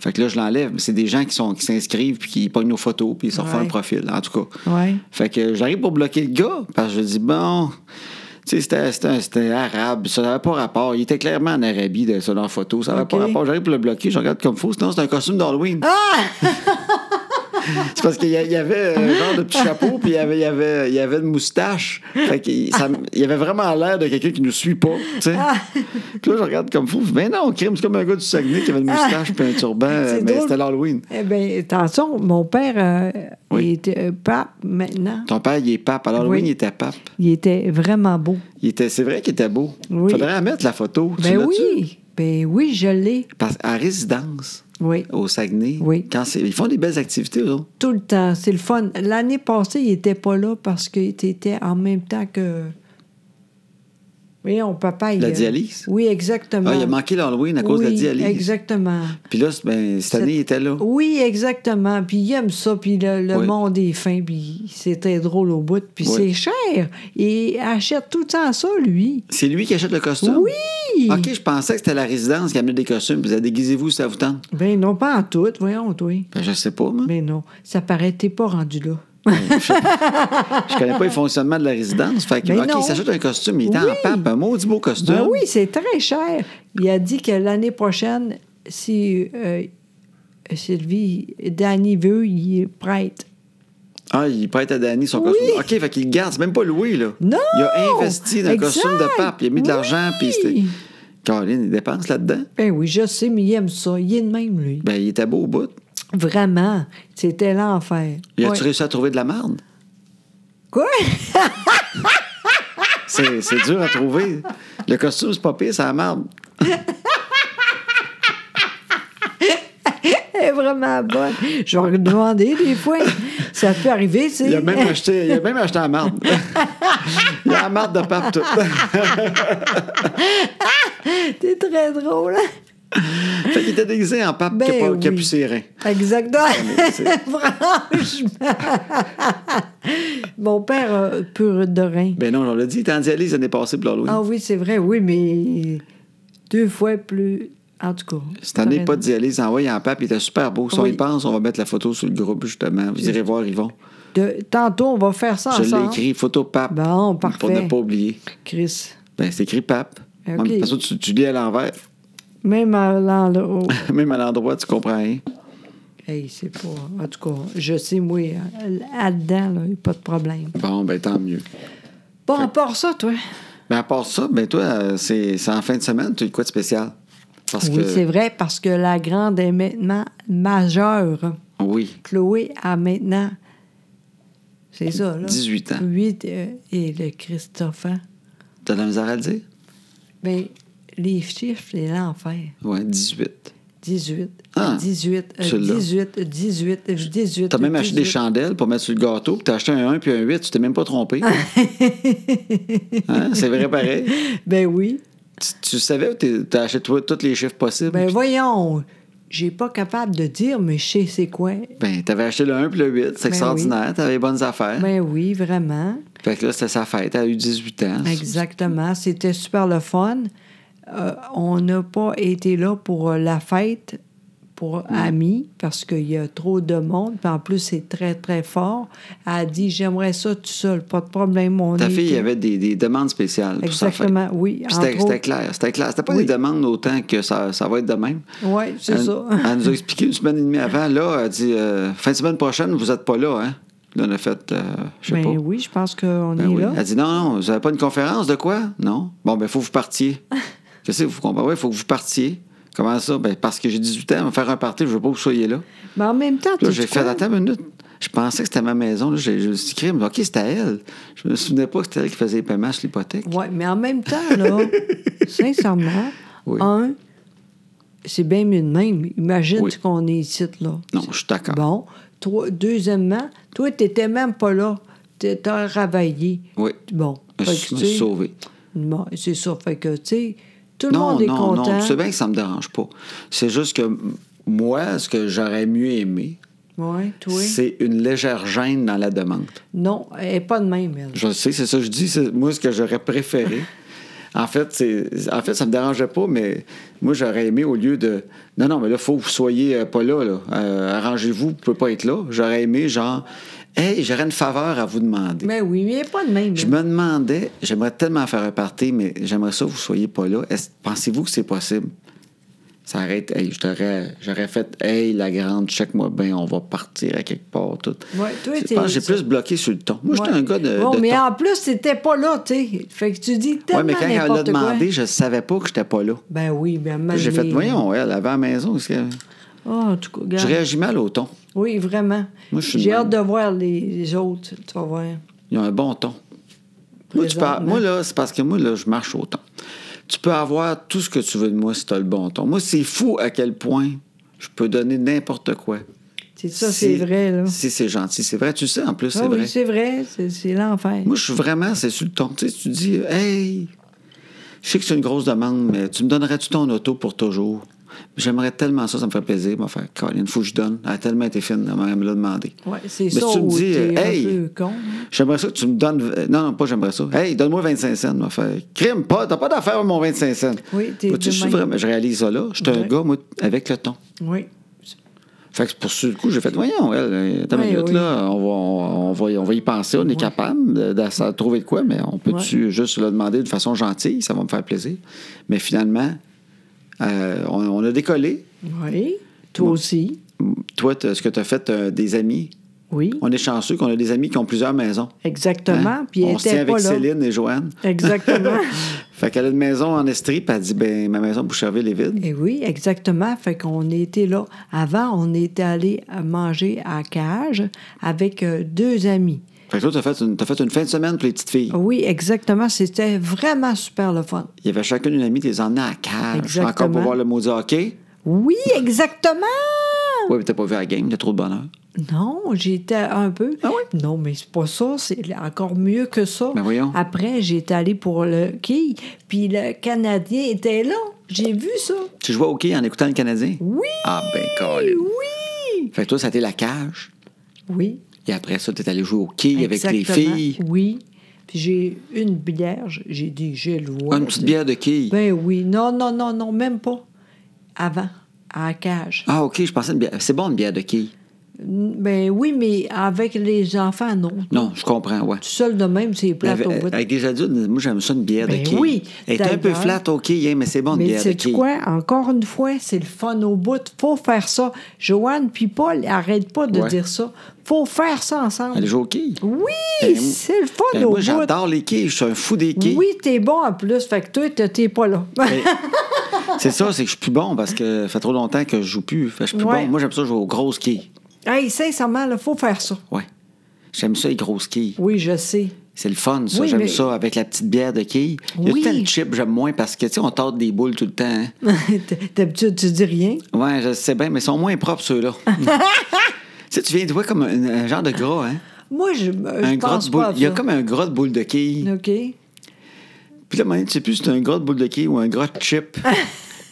Speaker 1: Fait que là, je l'enlève. Mais c'est des gens qui sont qui s'inscrivent puis qui pognent nos photos puis ils se refont
Speaker 2: Ouais.
Speaker 1: un profil, en tout cas.
Speaker 2: Ouais.
Speaker 1: Fait que j'arrive pour bloquer le gars parce que je dis, bon, tu sais, c'était- c'était c'était arabe, ça n'avait pas rapport. Il était clairement en Arabie de, sur leur photo, ça n'avait
Speaker 2: Ok.
Speaker 1: pas rapport. J'arrive pour le bloquer, je regarde comme faux. Sinon, c'est un costume d'Halloween.
Speaker 2: Ah!
Speaker 1: C'est parce qu'il y a- il y avait un genre de petit chapeau, puis il y avait, il y avait, il y avait une moustache. Fait qu'il- ça- il y avait vraiment l'air de quelqu'un qui nous suit pas, tu sais.
Speaker 2: Ah!
Speaker 1: Puis là, je regarde comme fou. Mais non, crime, c'est comme un gars du Saguenay qui avait une moustache puis un turban,
Speaker 2: C'est
Speaker 1: mais
Speaker 2: drôle.
Speaker 1: c'était l'Halloween.
Speaker 2: Eh bien, attention, mon père euh,
Speaker 1: Oui.
Speaker 2: il était euh, pape maintenant.
Speaker 1: Ton père, il est pape. À l'Halloween,
Speaker 2: Oui.
Speaker 1: il était pape.
Speaker 2: Il était vraiment beau.
Speaker 1: Il était, c'est vrai qu'il était beau.
Speaker 2: Oui.
Speaker 1: Faudrait en mettre la photo. Tu
Speaker 2: Ben
Speaker 1: l'as-tu?
Speaker 2: oui. Ben oui, je l'ai.
Speaker 1: Parce, à résidence,
Speaker 2: Oui.
Speaker 1: au Saguenay,
Speaker 2: Oui.
Speaker 1: quand c'est- ils font des belles activités, eux autres.
Speaker 2: Tout le temps. C'est le fun. L'année passée, il n'était pas là parce qu'il était en même temps que. Voyons, papa. il-
Speaker 1: La dialyse?
Speaker 2: Oui, exactement.
Speaker 1: Ah, il a manqué l'Halloween à cause de la
Speaker 2: Oui, Oh.
Speaker 1: dialyse.
Speaker 2: Exactement.
Speaker 1: Puis là, c'est- ben, cette année, il était là.
Speaker 2: Oui, exactement. Puis il aime ça, puis le, le
Speaker 1: Oui.
Speaker 2: monde est fin, puis c'était drôle au bout, puis
Speaker 1: Oui.
Speaker 2: c'est cher. Et achète tout le temps ça, lui.
Speaker 1: C'est lui qui achète le costume?
Speaker 2: Oui!
Speaker 1: OK, je pensais que c'était la résidence qui amenait des costumes. Puis ils disaient, déguisez-vous si ça vous tente.
Speaker 2: Ben non, pas en tout, voyons, toi.
Speaker 1: Ben, je sais pas, moi.
Speaker 2: Mais non, ça paraît, t'es pas rendu là.
Speaker 1: Je connais pas le fonctionnement de la résidence. Fait que,
Speaker 2: Ben
Speaker 1: OK,
Speaker 2: non.
Speaker 1: il s'achète un costume. Il était
Speaker 2: Oui.
Speaker 1: en pape, un maudit beau costume.
Speaker 2: Ben oui, c'est très cher. Il a dit que l'année prochaine, si euh, Sylvie, Danny veut, il est prête.
Speaker 1: Ah, il prête à Danny son
Speaker 2: Oui.
Speaker 1: costume. OK, fait qu'il le garde. C'est même pas loué, là.
Speaker 2: Non!
Speaker 1: Il a investi dans le
Speaker 2: Exact!
Speaker 1: costume de pape. Il a mis de
Speaker 2: Oui!
Speaker 1: l'argent, puis c'était... Caroline, il dépense là-dedans.
Speaker 2: Ben oui, je sais, mais il aime ça. Il est de même, lui.
Speaker 1: Ben, il était beau au bout.
Speaker 2: Vraiment, c'était l'enfer.
Speaker 1: Il a-tu
Speaker 2: Ouais.
Speaker 1: réussi à trouver de la marde?
Speaker 2: Quoi?
Speaker 1: C'est c'est dur à trouver. Le costume, c'est pas pire, c'est la marde.
Speaker 2: Elle est vraiment bonne. Je vais lui demander des fois. Ça peut arriver, tu sais.
Speaker 1: Il a même acheté, il a même acheté la marde. il a la marde de pape, tout.
Speaker 2: T'es très drôle. hein?
Speaker 1: Fait qu'il était déguisé en pape
Speaker 2: Ben
Speaker 1: qui a, pas- qui a
Speaker 2: oui.
Speaker 1: pu ses reins.
Speaker 2: Exactement. Franchement. Mon père euh, pur de rein.
Speaker 1: Ben non, on l'a dit, il était en dialyse l'année passée pour l'Halloween.
Speaker 2: Ah oui, c'est vrai, oui, mais deux fois plus. En tout cas.
Speaker 1: Cette année,
Speaker 2: t'as
Speaker 1: pas de
Speaker 2: raison.
Speaker 1: dialyse, envoyé en pape, il était super beau. Si on
Speaker 2: Oui.
Speaker 1: y pense, on va mettre la photo sur le groupe, justement. Vous irez voir, Yvon.
Speaker 2: De- Tantôt, on va faire ça
Speaker 1: Je l'ai
Speaker 2: ensemble.
Speaker 1: écrit, photo pape.
Speaker 2: Bon,
Speaker 1: Pour
Speaker 2: parfait.
Speaker 1: ne pas oublier.
Speaker 2: Chris.
Speaker 1: Ben, c'est écrit pape.
Speaker 2: Ok.
Speaker 1: En- De toute façon, tu, tu lis à l'envers.
Speaker 2: Même en allant là. oh.
Speaker 1: Même à l'endroit, tu comprends rien.
Speaker 2: Hey, c'est pas. En tout cas, je sais, moi, euh, là-dedans, là, il n'y a pas de problème.
Speaker 1: Bon, ben tant mieux.
Speaker 2: Bon, à part ça, toi.
Speaker 1: Mais à part ça, ben toi, euh, c'est c'est en fin de semaine, tu as eu quoi de spécial? Parce
Speaker 2: oui, c'est
Speaker 1: que.
Speaker 2: vrai, parce que la grande est maintenant majeure.
Speaker 1: Oui,
Speaker 2: Chloé a maintenant. C'est ça, là.
Speaker 1: 18 ans.
Speaker 2: 8 et le Christophe. hein.
Speaker 1: T'as de la misère à le dire?
Speaker 2: Ben, les chiffres, c'est l'enfer.
Speaker 1: Oui, 18.
Speaker 2: 18,
Speaker 1: Ah,
Speaker 2: 18, euh,
Speaker 1: celui-là.
Speaker 2: 18, euh, 18, euh, 18.
Speaker 1: T'as même acheté des
Speaker 2: 18.
Speaker 1: chandelles pour mettre sur le gâteau, puis t'as acheté un 1 puis un 8, tu t'es même pas trompé. Hein? C'est vrai pareil.
Speaker 2: Ben oui.
Speaker 1: Tu, tu savais que t'es- t'as acheté toi, tous les chiffres possibles.
Speaker 2: Ben
Speaker 1: puis
Speaker 2: voyons. j'ai pas capable de dire, mais je sais c'est quoi.
Speaker 1: Ben, t'avais acheté le 1 puis le 8, c'est
Speaker 2: Ben
Speaker 1: extraordinaire, t'avais les bonnes affaires.
Speaker 2: Ben oui, vraiment.
Speaker 1: Fait que là, c'était sa fête, elle a eu 18 ans.
Speaker 2: Exactement. C'était super le fun. Euh, on n'a pas été là pour euh, la fête, pour
Speaker 1: Mm.
Speaker 2: amis, parce qu'il y a trop de monde. Puis en plus, c'est très, très fort. Elle a dit J'aimerais ça tout seul, pas de problème. On
Speaker 1: Ta fille, il
Speaker 2: était-
Speaker 1: y avait des, des demandes spéciales pour sa fête.
Speaker 2: Exactement, oui.
Speaker 1: Puis
Speaker 2: entre
Speaker 1: C'était c'était
Speaker 2: autres.
Speaker 1: clair, c'était clair. C'était pas
Speaker 2: Oui.
Speaker 1: des demandes autant que ça, ça va être de même.
Speaker 2: Oui, c'est
Speaker 1: elle,
Speaker 2: ça.
Speaker 1: elle nous a expliqué une semaine et demie avant, là, elle a dit euh, fin de semaine prochaine, vous n'êtes pas là, hein? Là, on a fait, euh, je sais
Speaker 2: Ben
Speaker 1: pas.
Speaker 2: oui, je pense qu'on
Speaker 1: Ben
Speaker 2: est
Speaker 1: oui.
Speaker 2: là.
Speaker 1: Elle dit non, non, vous n'avez pas une conférence de quoi? Non. Bon, ben, il faut que vous partiez. Qu'est-ce que vous comprenez? Oui, il faut que vous partiez. Comment ça? Ben, parce que j'ai 18 ans, me faire un party, je veux pas que vous soyez là.
Speaker 2: Mais en même temps,
Speaker 1: Puis Là,
Speaker 2: tu
Speaker 1: j'ai fait, attends une minute. Je pensais que c'était ma maison. Là, j'ai, je me suis dit, Crime, OK, c'était à elle. Je me souvenais pas que c'était elle qui faisait les paiements sur l'hypothèque.
Speaker 2: Oui, mais en même temps, là, sincèrement,
Speaker 1: Oui.
Speaker 2: un, c'est bien mieux de même. Imagine
Speaker 1: Oui.
Speaker 2: qu'on est ici, là.
Speaker 1: Non, je suis d'accord.
Speaker 2: Bon. Toi, deuxièmement, toi, tu n'étais même pas là. Tu as travaillé.
Speaker 1: Oui.
Speaker 2: Bon.
Speaker 1: Je
Speaker 2: Fait
Speaker 1: me
Speaker 2: que, tu
Speaker 1: suis
Speaker 2: sais,
Speaker 1: sauvé.
Speaker 2: bon, c'est ça. Fait que, tu sais, tout le
Speaker 1: Non,
Speaker 2: monde est
Speaker 1: non,
Speaker 2: content.
Speaker 1: non. Tu sais bien que ça me dérange pas. C'est juste que m- moi, ce que j'aurais mieux aimé,
Speaker 2: Ouais, toi.
Speaker 1: c'est une légère gêne dans la demande.
Speaker 2: Non, elle n'est pas de même, elle.
Speaker 1: Je sais, c'est ça que je dis. c'est moi ce que j'aurais préféré. En fait, c'est, en fait, ça me dérangeait pas, mais moi, j'aurais aimé, au lieu de... Non, non, mais là, faut que vous soyez euh, pas là, là. Euh, arrangez-vous, vous pouvez pas être là. J'aurais aimé, genre... Hey, j'aurais une faveur à vous demander.
Speaker 2: Mais oui, mais elle n'est pas de même.
Speaker 1: Je
Speaker 2: elle.
Speaker 1: me demandais, j'aimerais tellement faire un party, mais j'aimerais ça que vous soyez pas là. Est-ce- pensez-vous que c'est possible? Ça arrête. Hey, je t'aurais- j'aurais fait, hey, la grande, check-moi bien, on va partir à quelque part, tout.
Speaker 2: Ouais, toi,
Speaker 1: je
Speaker 2: t'es-
Speaker 1: pense que j'ai plus bloqué sur le ton. Moi, j'étais
Speaker 2: Ouais.
Speaker 1: un gars de.
Speaker 2: Bon,
Speaker 1: de
Speaker 2: mais
Speaker 1: ton.
Speaker 2: en plus, c'était pas là, tu sais. Fait que tu dis
Speaker 1: Oui,
Speaker 2: tellement
Speaker 1: mais quand elle l'a
Speaker 2: n'importe quoi.
Speaker 1: demandé, je ne savais pas que j'étais pas là.
Speaker 2: Ben oui, ben mal.
Speaker 1: J'ai fait, voyons, elle avait à la maison. est-ce que-
Speaker 2: Ah, en tout cas,
Speaker 1: Je
Speaker 2: regarde.
Speaker 1: réagis mal au ton.
Speaker 2: Oui, vraiment.
Speaker 1: Moi, je suis
Speaker 2: J'ai
Speaker 1: de même.
Speaker 2: hâte de voir les, les autres, tu vas voir.
Speaker 1: Ils ont un bon ton. Moi, tu peux-
Speaker 2: Présentement.
Speaker 1: moi, là, c'est parce que moi, là, je marche au ton. Tu peux avoir tout ce que tu veux de moi si tu as le bon ton. Moi, c'est fou à quel point je peux donner n'importe quoi.
Speaker 2: C'est ça,
Speaker 1: Si-
Speaker 2: c'est vrai, là.
Speaker 1: Si c'est gentil, c'est vrai. Tu sais, en plus, c'est
Speaker 2: Ah
Speaker 1: vrai.
Speaker 2: oui, c'est vrai, c'est c'est l'enfer.
Speaker 1: Moi, je suis vraiment, c'est sur le ton. Tu sais, tu dis, hey, je sais que c'est une grosse demande, mais tu me donnerais-tu ton auto pour toujours? J'aimerais tellement ça, ça me ferait plaisir. M'en faire, Colin, faut que je donne. Elle a tellement été fine, elle m'a me l'a demandé.
Speaker 2: Ouais, c'est
Speaker 1: Mais
Speaker 2: ça
Speaker 1: si tu me
Speaker 2: où
Speaker 1: dis,
Speaker 2: t'es
Speaker 1: euh,
Speaker 2: un
Speaker 1: hey,
Speaker 2: peu con.
Speaker 1: J'aimerais ça que tu me donnes. v- Non, non, pas j'aimerais ça. Hey, donne-moi 25 cents. M'a fait. Crime, pas. T'as pas d'affaire à mon 25 cents.
Speaker 2: Oui, t'es
Speaker 1: Vois-tu,
Speaker 2: de
Speaker 1: je suis
Speaker 2: même.
Speaker 1: vraiment- Je réalise ça là. Je suis un
Speaker 2: Ouais.
Speaker 1: gars, moi, avec le ton.
Speaker 2: Oui.
Speaker 1: Fait que pour ce coup, j'ai fait, voyons, elle, euh, attends une
Speaker 2: Ouais,
Speaker 1: minute,
Speaker 2: oui.
Speaker 1: là, on va, on, on va, y- on va y penser, on est capable de, de- de trouver de quoi, mais on peut-tu juste le demander de façon gentille, ça va me faire plaisir. Mais finalement, euh, on, on a décollé.
Speaker 2: Oui. Toi aussi.
Speaker 1: Toi, t'as- ce que tu as fait, t'as des amis.
Speaker 2: Oui.
Speaker 1: On est chanceux qu'on a des amis qui ont plusieurs maisons. hein?
Speaker 2: Exactement. Puis elle
Speaker 1: on se tient
Speaker 2: était
Speaker 1: avec
Speaker 2: pas là.
Speaker 1: Céline et Joanne.
Speaker 2: Exactement.
Speaker 1: Fait qu'elle a une maison en Estrie, puis elle dit, ben, ma maison Boucherville est vide.
Speaker 2: Et Eh oui, exactement. Fait qu'on était là. Avant, on était allé manger à Cage avec euh, deux amis.
Speaker 1: Fait que toi, t'as fait, une- t'as fait une fin de semaine pour les petites filles.
Speaker 2: Oui, exactement. C'était vraiment super le fun.
Speaker 1: Il y avait chacune une amie qui les emmenait à la cage.
Speaker 2: Exactement.
Speaker 1: Encore pour voir le maudit hockey.
Speaker 2: Oui, exactement.
Speaker 1: Oui, mais t'as pas vu la game, t'as trop de bonheur.
Speaker 2: Non, j'étais un peu.
Speaker 1: Ah oui?
Speaker 2: Non, mais c'est pas ça. C'est encore mieux que ça.
Speaker 1: Ben voyons.
Speaker 2: Après, j'étais allée pour le quai, puis le Canadien était là. J'ai vu ça.
Speaker 1: Tu jouais au hockey en écoutant le Canadien?
Speaker 2: Oui!
Speaker 1: Ah ben Colin.
Speaker 2: Oui!
Speaker 1: Fait que toi, ça a été la cage.
Speaker 2: Oui.
Speaker 1: Et après ça, t'es allé jouer au hockey avec les
Speaker 2: exactement.
Speaker 1: filles.
Speaker 2: Oui. Puis j'ai une bière. j- J'ai dit, j'ai le droit.
Speaker 1: une petite bière de quille.
Speaker 2: Ben oui. Non, non, non, non, même pas. Avant, à la cage.
Speaker 1: Ah ok, je pensais une bière. C'est bon une bière de quille.
Speaker 2: Ben oui, mais avec les enfants, non. Tout
Speaker 1: Non, je comprends, ouais.
Speaker 2: seul de même, c'est plate
Speaker 1: Avec, euh,
Speaker 2: au bout.
Speaker 1: avec des adultes, moi j'aime ça une bière
Speaker 2: Ben
Speaker 1: de quille.
Speaker 2: oui,
Speaker 1: Elle était un peu
Speaker 2: d'ailleurs.
Speaker 1: flat au quille, hein, mais c'est bon une
Speaker 2: Mais
Speaker 1: bière de
Speaker 2: c'est
Speaker 1: quille.
Speaker 2: quoi? Encore une fois, c'est le fun au bout. Faut faire ça. Joanne puis Paul, arrête pas de
Speaker 1: Ouais.
Speaker 2: dire ça. Faut faire ça ensemble.
Speaker 1: Elle joue au quille.
Speaker 2: Oui,
Speaker 1: Ben,
Speaker 2: c'est le fun
Speaker 1: Ben,
Speaker 2: au
Speaker 1: moi
Speaker 2: bout.
Speaker 1: j'adore les quilles, je suis un fou des quilles.
Speaker 2: Oui, t'es bon en plus. Fait que toi, t'es- t'es pas là.
Speaker 1: C'est ça, c'est que je suis plus bon parce que ça fait trop longtemps que je joue plus. Fait que je suis plus
Speaker 2: Ouais.
Speaker 1: bon. Moi j'aime ça jouer aux grosses quilles.
Speaker 2: hey, sincèrement, là, faut faire ça.
Speaker 1: Ouais. J'aime ça les grosses quilles.
Speaker 2: Oui, je sais.
Speaker 1: C'est le fun, ça.
Speaker 2: Oui,
Speaker 1: j'aime
Speaker 2: mais-
Speaker 1: ça avec la petite bière de quille. Il y a
Speaker 2: Oui.
Speaker 1: tout le temps le chip, j'aime moins parce que, tu sais, on tâte des boules tout le temps. hein.
Speaker 2: D'habitude, tu dis rien.
Speaker 1: Ouais, je sais bien, mais ils sont moins propres, ceux-là. tu sais, tu viens de voir comme un, un genre de gras, hein?
Speaker 2: Moi, je, je
Speaker 1: un gras
Speaker 2: pense
Speaker 1: de boule.
Speaker 2: pas à
Speaker 1: Il y a
Speaker 2: ça.
Speaker 1: comme un gras de boule de quille.
Speaker 2: OK.
Speaker 1: Puis là, à un moment donné, tu sais plus si c'est un gras de boule de quille ou un gras de chip.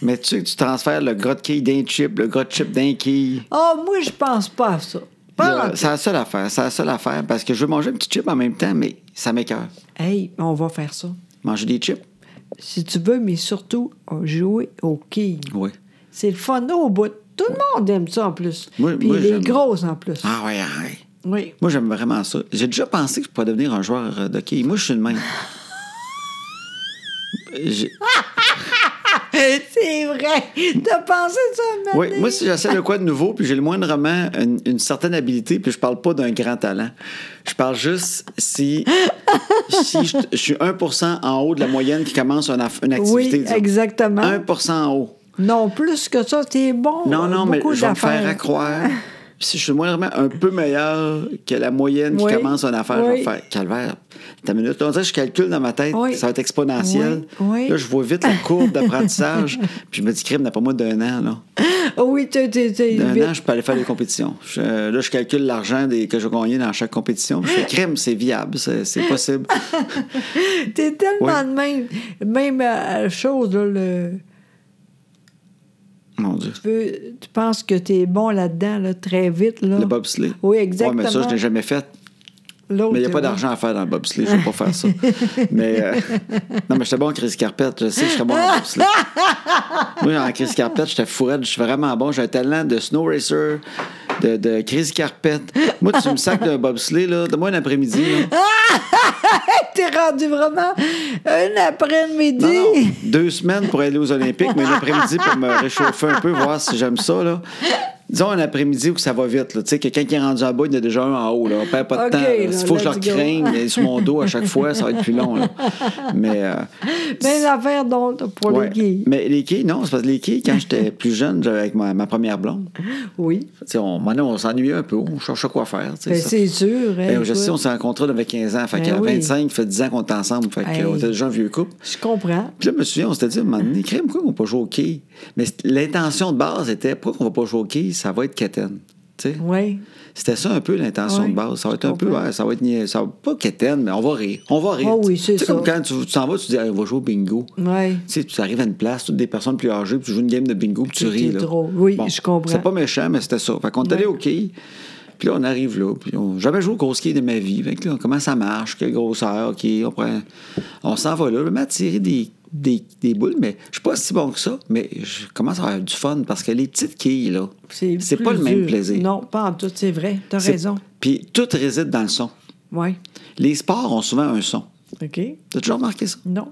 Speaker 1: Mais tu sais que tu transfères le gros de quille d'un chip, le gros de chip d'un quille.
Speaker 2: Ah, moi, je pense pas à ça. Pas en
Speaker 1: Là, C'est la seule affaire, c'est la seule affaire, parce que je veux manger un petit chip en même temps, mais ça m'écœure.
Speaker 2: tout. Hey, on va faire ça.
Speaker 1: Manger des chips?
Speaker 2: Si tu veux, mais surtout, on jouer au quilles.
Speaker 1: Oui.
Speaker 2: C'est le fun au bout. Tout le monde aime ça en plus.
Speaker 1: Moi-
Speaker 2: Puis
Speaker 1: moi,
Speaker 2: les
Speaker 1: j'aime.
Speaker 2: grosses en plus.
Speaker 1: Ah ouais, ah ouais.
Speaker 2: Oui.
Speaker 1: Moi, j'aime vraiment ça. J'ai déjà pensé que je pourrais devenir un joueur euh, de quille. Moi, je suis le même. J'ai-
Speaker 2: C'est vrai. T'as pensé ça, maintenant?
Speaker 1: Oui, moi, si j'essaie de quoi de nouveau, puis j'ai le moindrement une, une certaine habilité, puis je parle pas d'un grand talent. Je parle juste si, si je, je suis 1 en haut de la moyenne qui commence une, aff- une activité.
Speaker 2: Oui,
Speaker 1: disons.
Speaker 2: exactement.
Speaker 1: 1 en haut.
Speaker 2: Non, plus que ça, t'es bon.
Speaker 1: Non, non, mais
Speaker 2: beaucoup
Speaker 1: je vais me
Speaker 2: d'affaires.
Speaker 1: faire accroire. Si je suis moindrement un peu meilleur que la moyenne
Speaker 2: Oui.
Speaker 1: qui commence une affaire, je
Speaker 2: Oui.
Speaker 1: vais faire calvaire. Ta minute, on dirait que je calcule dans ma tête,
Speaker 2: Oui.
Speaker 1: ça va être exponentiel.
Speaker 2: Oui, oui.
Speaker 1: Là, je vois vite la courbe d'apprentissage, puis je me dis, crime, n'a pas moins d'un an, là.
Speaker 2: Ah oui, t'es t'es- t'es
Speaker 1: D'un
Speaker 2: vite.
Speaker 1: an, je peux aller faire des compétitions. Je- euh, là, je calcule l'argent des- que je gagnais dans chaque compétition. Je fais crime, c'est viable, c'est c'est possible.
Speaker 2: T'es tellement
Speaker 1: Oui.
Speaker 2: de même. Même euh, chose, là, le...
Speaker 1: Mon Dieu.
Speaker 2: tu, veux- tu penses que t'es bon là-dedans, là, très vite. Là.
Speaker 1: Le bobsleigh.
Speaker 2: Oui,
Speaker 1: Ouais, mais ça, je
Speaker 2: exactement.
Speaker 1: l'ai jamais fait.
Speaker 2: L'autre,
Speaker 1: Mais il n'y a
Speaker 2: oui.
Speaker 1: pas d'argent à faire dans le bobsleigh, je ne vais pas faire ça. mais euh, non, mais j'étais bon en crise carpette, je sais que j'étais bon en bobsleigh. Moi, en crise carpette, j'étais fourré, je suis vraiment bon. J'ai un talent de snow racer, de, de crise carpette. Moi, tu me sacs d'un bobsleigh, là, donne-moi un après-midi. là.
Speaker 2: T'es rendu vraiment un après-midi.
Speaker 1: Non, non, deux semaines pour aller aux Olympiques, mais un après-midi pour me réchauffer un peu, voir si j'aime ça, là. Disons un après-midi où ça va vite. là. Tu sais, quelqu'un qui est rendu en bas, il y en a déjà un en haut. Là. On perd pas de
Speaker 2: OK,
Speaker 1: temps.
Speaker 2: là,
Speaker 1: Il faut que je
Speaker 2: let's
Speaker 1: leur
Speaker 2: go.
Speaker 1: craigne mais sur mon dos à chaque fois, ça va être plus long. là. Mais euh,
Speaker 2: Même affaire donc, pour
Speaker 1: Ouais.
Speaker 2: les gays.
Speaker 1: Mais les quilles, non, c'est parce que les quilles, quand j'étais plus jeune, j'avais avec ma, ma première blonde,
Speaker 2: Oui.
Speaker 1: tu sais, on, maintenant, on s'ennuyait un peu, on cherchait quoi faire. tu sais,
Speaker 2: Ben,
Speaker 1: ça.
Speaker 2: c'est sûr. hein,
Speaker 1: Ben, je
Speaker 2: toi.
Speaker 1: sais, on s'est rencontrés, on avait 15 ans. Fait
Speaker 2: Ben
Speaker 1: qu'à
Speaker 2: oui.
Speaker 1: 25, ça fait 10 ans qu'on est ensemble. Fait
Speaker 2: Hey.
Speaker 1: qu'on était déjà un vieux couple.
Speaker 2: Je comprends.
Speaker 1: Puis là, je me souviens, on s'était dit à un moment donné, crème, pourquoi on va pas jouer au quilles? Mais c't- l'intention de base était, pourquoi on va pas jouer au quilles? Ça va être quétaine. Tu sais?
Speaker 2: Oui.
Speaker 1: C'était ça un peu l'intention
Speaker 2: Ouais,
Speaker 1: de base. Ça va
Speaker 2: je
Speaker 1: être un peu,
Speaker 2: comprends.
Speaker 1: ouais, ça va être nia- ça va pas quétaine, mais on va rire. On va rire.
Speaker 2: Ah oui,
Speaker 1: tu sais.
Speaker 2: c'est
Speaker 1: Tu sais,
Speaker 2: ça.
Speaker 1: Comme quand tu tu t'en vas, tu dis, Hey, on va jouer au bingo.
Speaker 2: Oui.
Speaker 1: Tu sais, tu arrives à une place, toutes des personnes plus âgées, puis tu joues une game de bingo, puis tu
Speaker 2: C'est
Speaker 1: ris. là.
Speaker 2: drôle. Oui, je comprends.
Speaker 1: C'est pas méchant, mais c'était ça. Fait qu'on est allé au quai, puis là, on arrive là. Puis on... J'avais joué au gros ski de ma vie. Fait que là, comment ça marche, quelle grosseur, OK, on prend... On s'en va là. Je vais m'attirer des, des, des boules, mais je suis pas si bon que ça, mais je commence à avoir du fun, parce que les petites quilles, là,
Speaker 2: C'est
Speaker 1: c'est
Speaker 2: plus
Speaker 1: pas le même
Speaker 2: dur.
Speaker 1: plaisir.
Speaker 2: Non, pas en tout, c'est vrai. T'as
Speaker 1: C'est-
Speaker 2: raison.
Speaker 1: Puis tout réside dans le son.
Speaker 2: Oui.
Speaker 1: Les sports ont souvent un son.
Speaker 2: OK.
Speaker 1: T'as toujours remarqué ça?
Speaker 2: Non.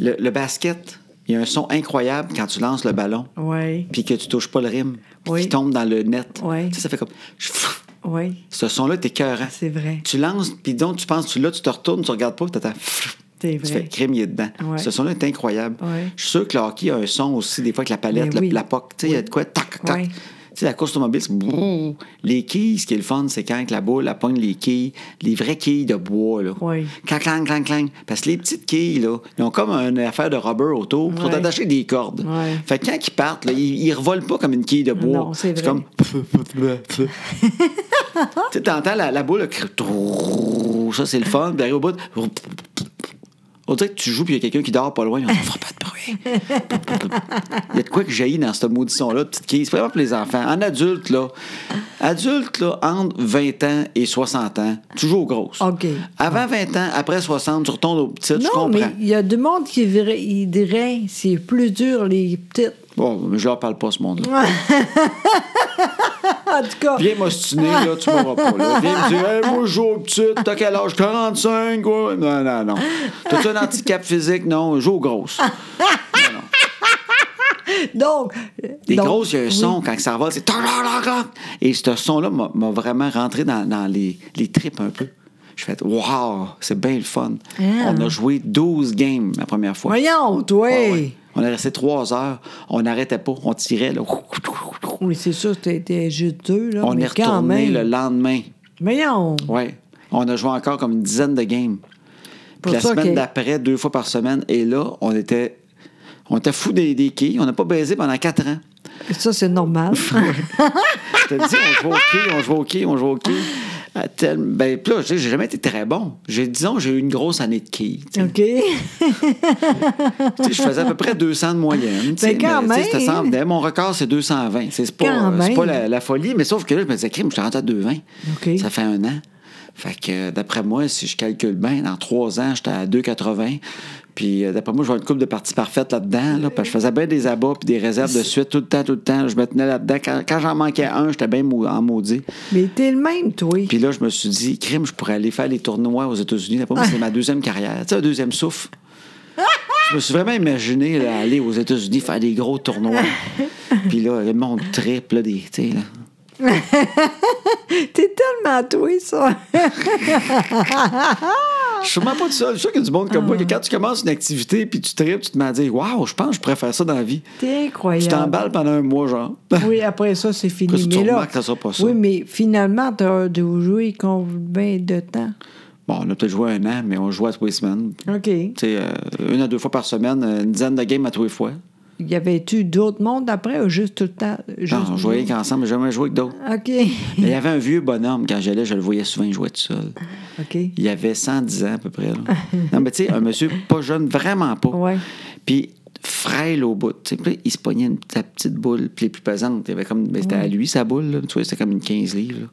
Speaker 1: Le, le basket, il y a un son incroyable quand tu lances le ballon.
Speaker 2: Oui.
Speaker 1: puis que tu touches pas le rime, puis
Speaker 2: Oui.
Speaker 1: qu'il tombe dans le net.
Speaker 2: Oui.
Speaker 1: Tu sais, ça fait comme. Chouf!
Speaker 2: Oui.
Speaker 1: Ce son-là, t'es cœurant.
Speaker 2: C'est vrai.
Speaker 1: Tu lances, puis donc, tu penses, tu l'as, tu te retournes, tu regardes pas, puis t'attends. Chouf! Tu
Speaker 2: C'est vrai.
Speaker 1: fais crime, il est dedans.
Speaker 2: Ouais.
Speaker 1: Ce son-là est incroyable.
Speaker 2: Ouais.
Speaker 1: Je suis sûr que le hockey a un son aussi, des fois, avec la palette,
Speaker 2: Mais oui.
Speaker 1: la, la poque. Tu sais, il y a de quoi, tac, tac.
Speaker 2: Ouais.
Speaker 1: Tu sais, la course automobile, c'est brrr. Les quilles, ce qui est le fun, c'est quand la boule, elle pogne les quilles, les vraies quilles de bois, là.
Speaker 2: Ouais.
Speaker 1: Clang, clang, clang, clang. Parce que les petites quilles, là, ils ont comme une affaire de rubber autour, ils sont
Speaker 2: Ouais.
Speaker 1: attachés des cordes.
Speaker 2: Ouais.
Speaker 1: Fait que quand ils partent, là, ils, ils revolent pas comme une quille de bois.
Speaker 2: Non, c'est vrai.
Speaker 1: comme. tu sais, t'entends la, la boule, là, cr- trou- ça, c'est le fun. Puis arrive au bout, on dirait que tu joues, puis il y a quelqu'un qui dort pas loin, on fera pas de bruit. Il y a de quoi que jaillit dans ce maudit-son-là, petite quille. C'est vraiment pour les enfants. En adulte, là, adulte, là, entre 20 ans et 60 ans, tu joues aux grosses.
Speaker 2: OK.
Speaker 1: Avant 20 ans, après 60, tu retournes aux petites, je
Speaker 2: Non,
Speaker 1: comprends.
Speaker 2: mais il y a du monde qui dirait, il dirait c'est plus dur, les petites.
Speaker 1: Bon, mais je leur parle pas, ce monde-là.
Speaker 2: En tout cas,
Speaker 1: Viens m'ostiner, là, tu m'auras pas. Là. Viens me dire, hey, moi, je joue aux petites, t'as quel âge? 45, quoi? Non, non, non. T'as-tu un handicap physique? Non, je joue aux grosses.
Speaker 2: donc.
Speaker 1: Les
Speaker 2: donc,
Speaker 1: grosses, il y a un
Speaker 2: oui.
Speaker 1: son quand ça va, c'est. Et ce son-là m'a m'a vraiment rentré dans, dans les, les tripes un peu. Je fais, waouh, c'est bien le fun. On a joué 12 games la première fois.
Speaker 2: Ah.
Speaker 1: Ah
Speaker 2: Voyons, toi.
Speaker 1: Ouais, ouais. On est resté trois heures, on n'arrêtait pas, on tirait. Là.
Speaker 2: Oui, c'est sûr, t'étais juste deux, là.
Speaker 1: On
Speaker 2: mais
Speaker 1: est
Speaker 2: quand
Speaker 1: retourné
Speaker 2: même.
Speaker 1: le lendemain.
Speaker 2: Voyons.
Speaker 1: Ouais. On a joué encore comme une dizaine de games.
Speaker 2: Pour
Speaker 1: Puis la
Speaker 2: ça
Speaker 1: semaine
Speaker 2: que-
Speaker 1: d'après, deux fois par semaine. Et là, on était, on était fous des, des quilles. On n'a pas baisé pendant quatre ans.
Speaker 2: Ça, c'est normal.
Speaker 1: Je te dis, on joue au hockey, on joue au hockey, on joue au hockey. À tel- Ben, puis là, tu sais, j'ai jamais été très bon. J'ai, disons, j'ai eu une grosse année de quilles. tu sais.
Speaker 2: OK.
Speaker 1: Tu sais, je faisais à peu près 200 de moyenne. tu sais,
Speaker 2: Ben, quand
Speaker 1: mais, tu sais, c'était
Speaker 2: même.
Speaker 1: cent- d'ailleurs, Mon record, c'est 220. C'est c'est pas,
Speaker 2: Quand
Speaker 1: euh, c'est pas
Speaker 2: même.
Speaker 1: la, la folie, mais sauf que là, je me disais, crime, je suis rendu à 220.
Speaker 2: OK.
Speaker 1: Ça fait un an. Fait que, euh, d'après moi, si je calcule bien, dans trois ans, j'étais à 2,80. Puis, euh, d'après moi, je vois une coupe de parties parfaite là-dedans. Là, parce que je faisais bien des abats puis des réserves de suite tout le temps, tout le temps. Je me tenais là-dedans. Quand, quand j'en manquais un, j'étais bien mou- en maudit.
Speaker 2: Mais t'es le même, toi.
Speaker 1: Puis là, je me suis dit, crime, je pourrais aller faire les tournois aux États-Unis. D'après moi, c'est ma deuxième carrière. Tu sais, un deuxième souffle. Je me suis vraiment imaginé là, aller aux États-Unis faire des gros tournois. Puis là, le monde triple, là, des. tu sais, là.
Speaker 2: T'es tellement toi, ça.
Speaker 1: Je suis sûrement pas tout seul. Je suis sûr qu'il y a du monde comme moi que quand tu commences une activité puis tu tripes, tu te mets à dire Waouh, je pense que je pourrais faire ça dans la vie.
Speaker 2: T'es
Speaker 1: Tu
Speaker 2: incroyable.
Speaker 1: t'emballes pendant un mois, genre.
Speaker 2: Oui, après ça, c'est
Speaker 1: Parce
Speaker 2: fini.
Speaker 1: que tu
Speaker 2: Mais là,
Speaker 1: remarques que ça sera pas ça.
Speaker 2: oui, mais finalement, t'as dû jouer combien de temps?
Speaker 1: Bon, on a peut-être joué un an, mais on joue à tous les semaines.
Speaker 2: OK.
Speaker 1: Tu sais, euh, une à deux fois par semaine, euh, une dizaine de games à tous les fois.
Speaker 2: Y avait-tu d'autres mondes après ou juste tout le temps? Juste
Speaker 1: Non, on jouait qu'ensemble, mais jamais joué avec d'autres.
Speaker 2: OK.
Speaker 1: Mais il y avait un vieux bonhomme, quand j'allais, je le voyais souvent jouer tout seul.
Speaker 2: OK.
Speaker 1: Il avait 110 ans à peu près. là. Non, mais tu sais, un monsieur pas jeune, vraiment pas.
Speaker 2: Ouais.
Speaker 1: Puis frêle au bout. tu sais. Puis là, il se pognait une, la petite boule, puis les plus pesantes. Il avait comme, ben, c'était à lui, sa boule. là. Tu vois, c'était comme une 15 livres. là.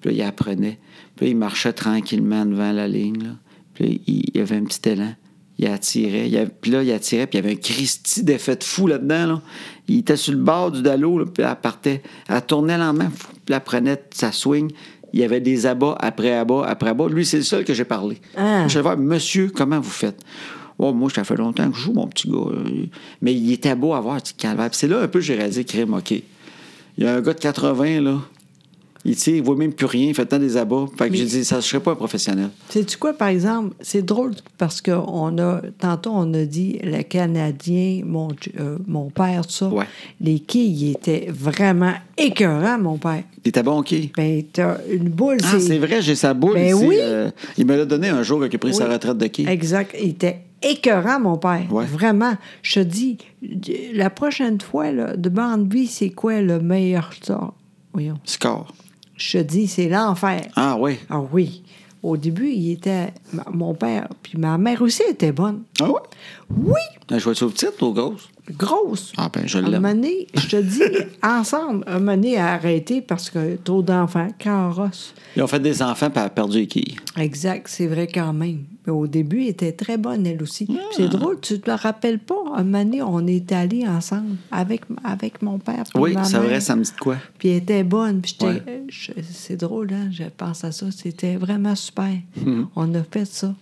Speaker 1: Puis là, il apprenait. Puis là, il marchait tranquillement devant la ligne. là. Puis là, il, il avait un petit élan. Il attirait. Il avait- puis là, il attirait. Puis il y avait un Christy d'effet de fou là-dedans. là. Il était sur le bord du dallo. là, puis elle partait. Elle tournait lentement. fou, Puis elle prenait sa swing. Il y avait des abats après abats après abats. Lui, c'est le seul que j'ai parlé.
Speaker 2: Ah.
Speaker 1: Je vais voir, monsieur, comment vous faites? Oh, moi, ça fait longtemps que je joue, mon petit gars. Euh, Mais il était beau à voir, tu calvaire. Puis c'est là un peu que j'ai réalisé, crime, OK. Il y a un gars de 80, là. Il, tu sais, il voit même plus rien, il fait tant des abats. Fait que j'ai dit, ça ne serait pas un professionnel.
Speaker 2: Sais-tu quoi, par exemple? C'est drôle parce que on a, tantôt, on a dit le Canadien, mon, ch- euh, mon père, tout ça.
Speaker 1: Ouais.
Speaker 2: Les quilles, ils étaient vraiment écœurants, mon père.
Speaker 1: Il était bon, OK.
Speaker 2: Ben, t'as une boule,
Speaker 1: Ah, c'est vrai, j'ai sa boule
Speaker 2: Ben
Speaker 1: ici,
Speaker 2: oui.
Speaker 1: euh, il me l'a donné un jour quand il a pris
Speaker 2: Oui.
Speaker 1: sa retraite de quai.
Speaker 2: Exact. Il était écœurant, mon père.
Speaker 1: Ouais.
Speaker 2: Vraiment. Je te dis, la prochaine fois, là, de Bandby, c'est quoi le meilleur sort? Voyons.
Speaker 1: Score.
Speaker 2: Je te dis, c'est l'enfer.
Speaker 1: Ah, ouais.
Speaker 2: Ah oui. Au début, il était. ma- Mon père, puis ma mère aussi était bonne.
Speaker 1: Ah, ouais. Ben,
Speaker 2: Oui,
Speaker 1: Je jouais sur le titre ou gosse?
Speaker 2: grosse.
Speaker 1: Ah, ben, je
Speaker 2: À un moment
Speaker 1: l'aime.
Speaker 2: donné, je te dis, ensemble, un moment donné, à arrêter parce que trop d'enfants, carrosse.
Speaker 1: Ils ont fait des enfants, puis elle a perdu les quilles.
Speaker 2: Exact, c'est vrai quand même. Mais au début, elle était très bonne, elle aussi. Puis
Speaker 1: Ah.
Speaker 2: C'est drôle, tu te le rappelles pas, un moment donné, on est allés ensemble avec, avec mon père. puis
Speaker 1: Oui,
Speaker 2: Ah, ma
Speaker 1: c'est
Speaker 2: mère.
Speaker 1: vrai, ça me dit de quoi?
Speaker 2: Puis elle était bonne. Puis j'étais-
Speaker 1: Ouais.
Speaker 2: euh, je- c'est drôle, hein, je pense à ça. C'était vraiment super.
Speaker 1: Mhm.
Speaker 2: On a fait ça.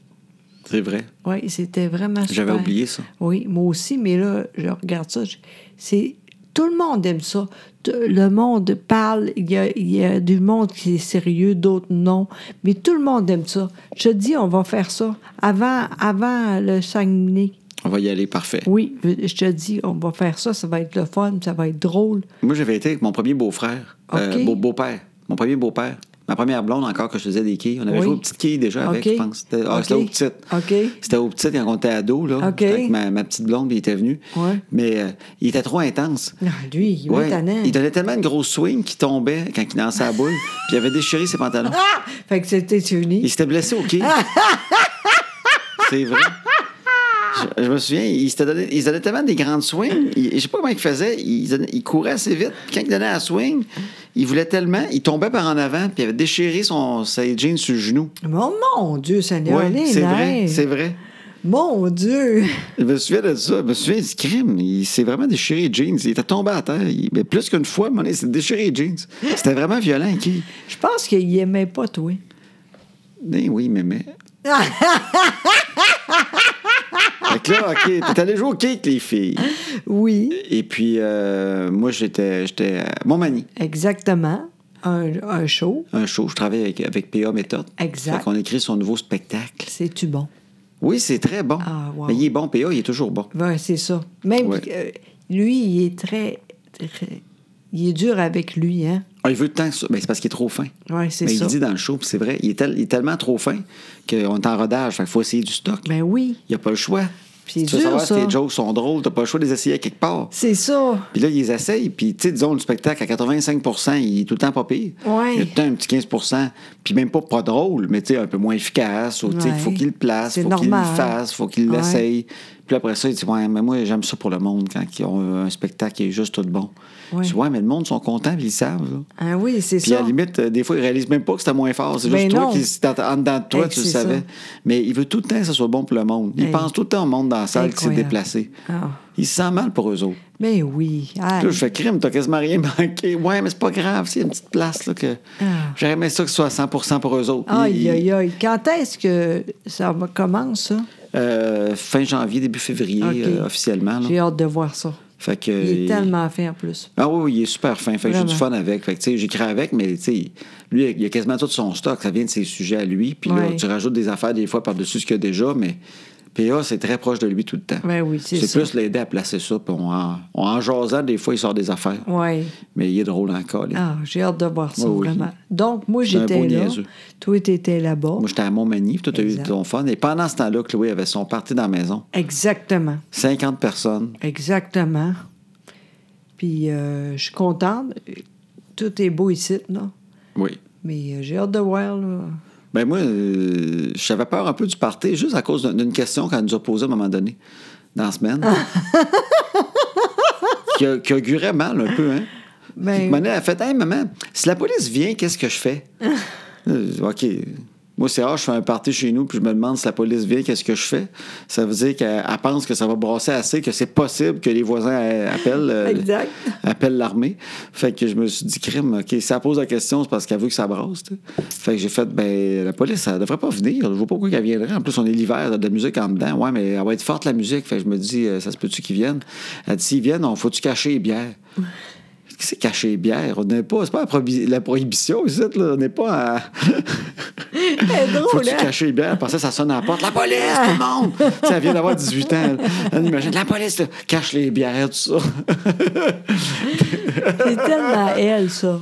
Speaker 1: C'est vrai.
Speaker 2: Oui, c'était vraiment super.
Speaker 1: J'avais oublié ça.
Speaker 2: Oui, moi aussi, mais là, je regarde ça. je- C'est tout le monde aime ça. T- Le monde parle. Il y a, il y a du monde qui est sérieux, d'autres non. Mais tout le monde aime ça. Je te dis, on va faire ça avant, avant le Saguenay.
Speaker 1: On va y aller, parfait.
Speaker 2: Oui, je te dis, on va faire ça. Ça va être le fun, ça va être drôle.
Speaker 1: Moi, j'avais été avec mon premier beau-frère, euh,
Speaker 2: OK.
Speaker 1: beau- beau-père, mon premier beau-père. Ma première blonde encore que je faisais des quilles. On avait
Speaker 2: Oui.
Speaker 1: joué aux petites quilles déjà avec,
Speaker 2: OK.
Speaker 1: je pense. C'était ah,
Speaker 2: OK.
Speaker 1: c'était aux petites.
Speaker 2: OK.
Speaker 1: C'était aux petites quand on était ado, là.
Speaker 2: OK.
Speaker 1: J'étais Avec ma, ma petite blonde, puis il était venu.
Speaker 2: Ouais.
Speaker 1: Mais euh, il était trop intense.
Speaker 2: Non, lui, il est
Speaker 1: Ouais.
Speaker 2: tannant.
Speaker 1: Il donnait tellement de gros swings qu'il tombait quand il lançait la boule, puis il avait déchiré ses pantalons.
Speaker 2: Ah! Fait que c'était
Speaker 1: Il
Speaker 2: fini.
Speaker 1: s'était blessé au quai. C'est vrai. Je, je me souviens, il s'était donné, ils donnaient tellement des grandes swings. Il- je sais pas comment il faisait. Il, donnait- il courait assez vite. Quand il donnait la swing, il voulait tellement. Il tombait par en avant, puis il avait déchiré son, ses jeans sur le genou.
Speaker 2: Mon, mon Dieu, Seigneur,
Speaker 1: Ouais,
Speaker 2: les
Speaker 1: c'est vrai,
Speaker 2: nerfs.
Speaker 1: c'est vrai.
Speaker 2: Mon Dieu!
Speaker 1: Je me souviens de ça. Je me souviens du crime. Il s'est vraiment déchiré les jeans. Il était tombé à terre. Il- mais plus qu'une fois, à un moment donné, il s'est déchiré les jeans. C'était vraiment violent. Qui...
Speaker 2: Je pense qu'il aimait pas toi.
Speaker 1: Eh oui, mais mais. fait que là, OK, t'es allé jouer au quai avec les filles.
Speaker 2: Oui,
Speaker 1: Et puis, euh, moi, j'étais j'étais à Montmagny,
Speaker 2: exactement. Un, un show,
Speaker 1: un show. Je travaillais avec, avec PA Méthode.
Speaker 2: Exact.
Speaker 1: Fait qu'on écrit son nouveau spectacle.
Speaker 2: c'est-tu bon?
Speaker 1: Oui, c'est très bon.
Speaker 2: Ah, wow.
Speaker 1: Mais il est bon, PA, il est toujours bon.
Speaker 2: Ouais, c'est ça. Même
Speaker 1: Ouais.
Speaker 2: que, euh, lui, il est très, très- Il est dur avec lui, hein?
Speaker 1: Ah, il veut tant que ça. Ben, c'est parce qu'il est trop fin.
Speaker 2: Oui, c'est
Speaker 1: Mais
Speaker 2: ça.
Speaker 1: il dit dans le show, puis c'est vrai, il est, tel- il est tellement trop fin qu'on est en rodage. Fait qu'il faut essayer du stock.
Speaker 2: Ben oui,
Speaker 1: Il n'y a pas le choix.
Speaker 2: Puis
Speaker 1: Tu
Speaker 2: c'est
Speaker 1: veux
Speaker 2: dur,
Speaker 1: savoir si
Speaker 2: ça.
Speaker 1: tes jokes sont drôles, t'as pas le choix de les essayer à quelque part.
Speaker 2: C'est ça.
Speaker 1: Puis là, ils les essayent, puis tu sais, disons, le spectacle à 85 il est tout le temps pas pire.
Speaker 2: Ouais.
Speaker 1: Il y a tout le temps un petit 15 puis même pas pas drôle, mais tu sais, un peu moins efficace, ou tu sais, il faut
Speaker 2: Ouais.
Speaker 1: qu'il le place,
Speaker 2: C'est
Speaker 1: faut qu'il le
Speaker 2: normal.
Speaker 1: fasse, faut qu'il
Speaker 2: Ouais.
Speaker 1: l'essaye. Puis après ça, il dit, ouais, mais moi, j'aime ça pour le monde quand ils ont un spectacle qui est juste tout bon.
Speaker 2: Ouais.
Speaker 1: Tu dis, ouais, mais le monde sont contents, puis ils le savent, là.
Speaker 2: Ah oui, c'est
Speaker 1: Puis à
Speaker 2: ça.
Speaker 1: la limite, euh, des fois, ils réalisent même pas que c'était moins fort. C'est
Speaker 2: Ben
Speaker 1: juste
Speaker 2: non.
Speaker 1: toi qui, c'est en en dedans de toi,
Speaker 2: Hey,
Speaker 1: tu le
Speaker 2: c'est ça.
Speaker 1: savais. Mais il veut tout le temps que ce soit bon pour le monde. Il
Speaker 2: Hey.
Speaker 1: pense tout le temps au monde dans la salle qui s'est
Speaker 2: Incroyable.
Speaker 1: déplacé.
Speaker 2: Ah.
Speaker 1: Il se sent mal pour eux autres.
Speaker 2: Ben oui.
Speaker 1: Puis
Speaker 2: Aïe.
Speaker 1: Là, je fais crime, t'as quasiment rien manqué. Ouais, mais c'est pas grave, c'est une petite place là, que
Speaker 2: Ah.
Speaker 1: j'aurais aimé ça que ce soit à 100 pour eux autres.
Speaker 2: Aïe,
Speaker 1: Ils-
Speaker 2: aïe, aïe. Quand est-ce que ça va- commence, ça?
Speaker 1: Euh, fin janvier, début février,
Speaker 2: Ok.
Speaker 1: euh, officiellement. là.
Speaker 2: J'ai hâte de voir ça.
Speaker 1: Fait que,
Speaker 2: Il est tellement fin, en plus.
Speaker 1: Ah oui, oui, il est super fin. Fait que j'ai
Speaker 2: Vraiment.
Speaker 1: du fun avec. Fait que, tu sais, j'écris avec, mais, tu sais, lui, il a quasiment tout son stock. Ça vient de ses sujets à lui. Puis là,
Speaker 2: Ouais.
Speaker 1: tu rajoutes des affaires des fois par-dessus ce qu'il y a déjà, mais PA, c'est très proche de lui tout le temps.
Speaker 2: Ben oui, c'est
Speaker 1: C'est
Speaker 2: ça.
Speaker 1: plus l'aider à placer ça. Puis on en, on- en jasant, des fois, il sort des affaires.
Speaker 2: Oui.
Speaker 1: Mais il est drôle encore. là.
Speaker 2: Ah, j'ai hâte de voir ça,
Speaker 1: Oui, oui.
Speaker 2: vraiment. Donc, moi,
Speaker 1: C'est un
Speaker 2: j'étais
Speaker 1: beau
Speaker 2: là.
Speaker 1: niaiseux.
Speaker 2: Toi, t'étais là-bas.
Speaker 1: Moi, j'étais à Montmagny, puis toi, t'as eu
Speaker 2: Exact.
Speaker 1: ton fun. Et pendant ce temps-là, Chloé avait son parti dans la maison.
Speaker 2: Exactement.
Speaker 1: 50 personnes.
Speaker 2: Exactement. Puis, euh, je suis contente. Tout est beau ici, là.
Speaker 1: Oui.
Speaker 2: Mais euh, j'ai hâte de voir, là.
Speaker 1: Ben moi, euh, j'avais peur un peu du party juste à cause d'un- d'une question qu'elle nous a posée à un moment donné, dans la semaine. qui, a- qui augurait mal un peu, hein?
Speaker 2: Ben-
Speaker 1: Puis que Manon a fait Hey maman, si la police vient, qu'est-ce que je fais? Euh, OK. Moi, c'est rare, je fais un party chez nous, puis je me demande si la police vient, qu'est-ce que je fais? Ça veut dire qu'elle elle pense que ça va brasser assez, que c'est possible que les voisins euh, appellent. euh,
Speaker 2: Exact.
Speaker 1: appelle l'armée. Fait que je me suis dit, crime, OK, si elle pose la question, c'est parce qu'elle veut que ça brasse. tu sais. Fait que j'ai fait, ben, la police, elle devrait pas venir. Je vois pas pourquoi qu'elle viendrait. En plus, on est l'hiver, il y a de la musique en dedans. Ouais, mais elle va être forte, la musique. Fait que je me dis, euh, ça se peut-tu qu'ils viennent? Elle dit, s'ils viennent, on faut-tu cacher les bières? Qu'est-ce que C'est cacher les bières. On n'est pas, c'est pas la, prohibi- la prohibition ici, là. On n'est pas à.
Speaker 2: C'est drôle,
Speaker 1: Faut-tu
Speaker 2: hein?
Speaker 1: cacher les bières? Parce que ça sonne à la porte. La police, tout le monde! tu sais, elle vient d'avoir 18 ans. Elle imagine, la police, là, cache les bières, tout ça.
Speaker 2: C'est tellement Ben, elle, ça.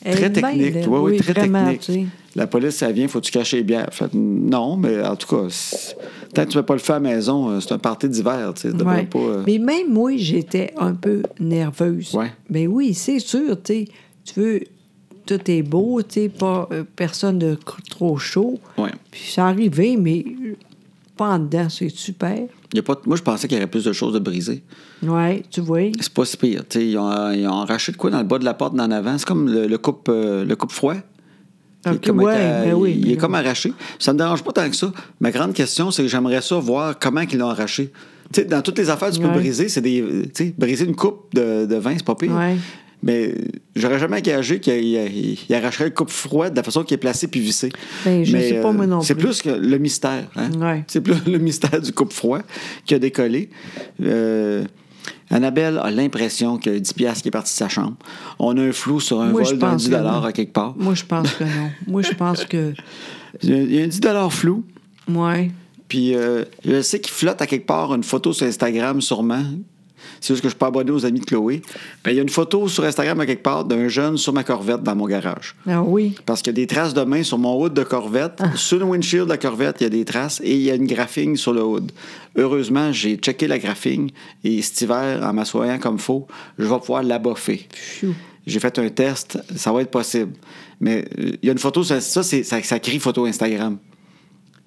Speaker 1: Très
Speaker 2: Elle-même,
Speaker 1: technique,
Speaker 2: là.
Speaker 1: oui, oui, très
Speaker 2: ben, vraiment,
Speaker 1: technique.
Speaker 2: tu sais.
Speaker 1: La police, ça vient, faut-tu cacher les bières? Fait, non, mais en tout cas, c'est- tant que tu ne peux pas le faire à la maison, euh, c'est un party d'hiver, tu sais. tu devrais
Speaker 2: Ouais.
Speaker 1: pas, euh,
Speaker 2: Mais même moi, j'étais un peu nerveuse.
Speaker 1: Ouais.
Speaker 2: Mais oui, c'est sûr, tu sais, tu veux, tout est beau, tu sais, pas euh, personne de cr- trop chaud.
Speaker 1: Ouais.
Speaker 2: Puis c'est arrivé, mais pas en dedans, c'est super.
Speaker 1: y a pas, moi, je pensais qu'il y aurait plus de choses de briser.
Speaker 2: Oui, tu vois.
Speaker 1: C'est pas si pire. tu sais, Ils ont, ils ont arraché de quoi dans le bas de la porte, dans l'avant. C'est comme le, le coupe, euh, le coupe froid. Il est
Speaker 2: Ok,
Speaker 1: comme,
Speaker 2: ouais,
Speaker 1: éta-
Speaker 2: ben oui,
Speaker 1: il
Speaker 2: mais
Speaker 1: est
Speaker 2: là-
Speaker 1: comme arraché. Ça me dérange pas tant que ça. Ma grande question, c'est que j'aimerais ça voir comment ils l'ont arraché. Tu sais, dans toutes les affaires, tu peux
Speaker 2: Ouais.
Speaker 1: briser. C'est des, tu sais, briser une coupe de, de vin, c'est pas pire.
Speaker 2: Ouais.
Speaker 1: Mais j'aurais jamais engagé qu'il il- il arracherait une coupe froide de la façon qu'il est placée puis vissée. euh,
Speaker 2: Ben, je sais pas, moi non
Speaker 1: C'est
Speaker 2: plus.
Speaker 1: plus que le mystère. hein.
Speaker 2: Ouais.
Speaker 1: C'est plus le mystère du coupe froid qui a décollé. Euh, Annabelle a l'impression qu'il y a 10 piastres qui est parti de sa chambre. On a un flou sur un
Speaker 2: Moi, je
Speaker 1: vol d'un
Speaker 2: pense
Speaker 1: 10
Speaker 2: que non.
Speaker 1: à quelque part.
Speaker 2: Moi, je pense que non. moi, je pense que.
Speaker 1: Il y a- euh, il y a un 10 flou.
Speaker 2: Ouais.
Speaker 1: Puis euh, je sais qu'il flotte à quelque part une photo sur Instagram, sûrement. C'est juste que je suis pas abonné aux amis de Chloé. Mais il y a une photo sur Instagram à quelque part d'un jeune sur ma corvette dans mon garage.
Speaker 2: Ah oui.
Speaker 1: Parce qu'il y a des traces de main sur mon hood de Corvette. sur le windshield de la Corvette, il y a des traces et il y a une graphigne sur le hood. Heureusement, j'ai checké la graphigne et cet hiver, en m'assoyant comme faux, je vais pouvoir la boffer.
Speaker 2: Pfiou.
Speaker 1: J'ai fait un test, ça va être possible. Mais euh, il y a une photo, sur- ça, c'est- ça, ça crie photo Instagram.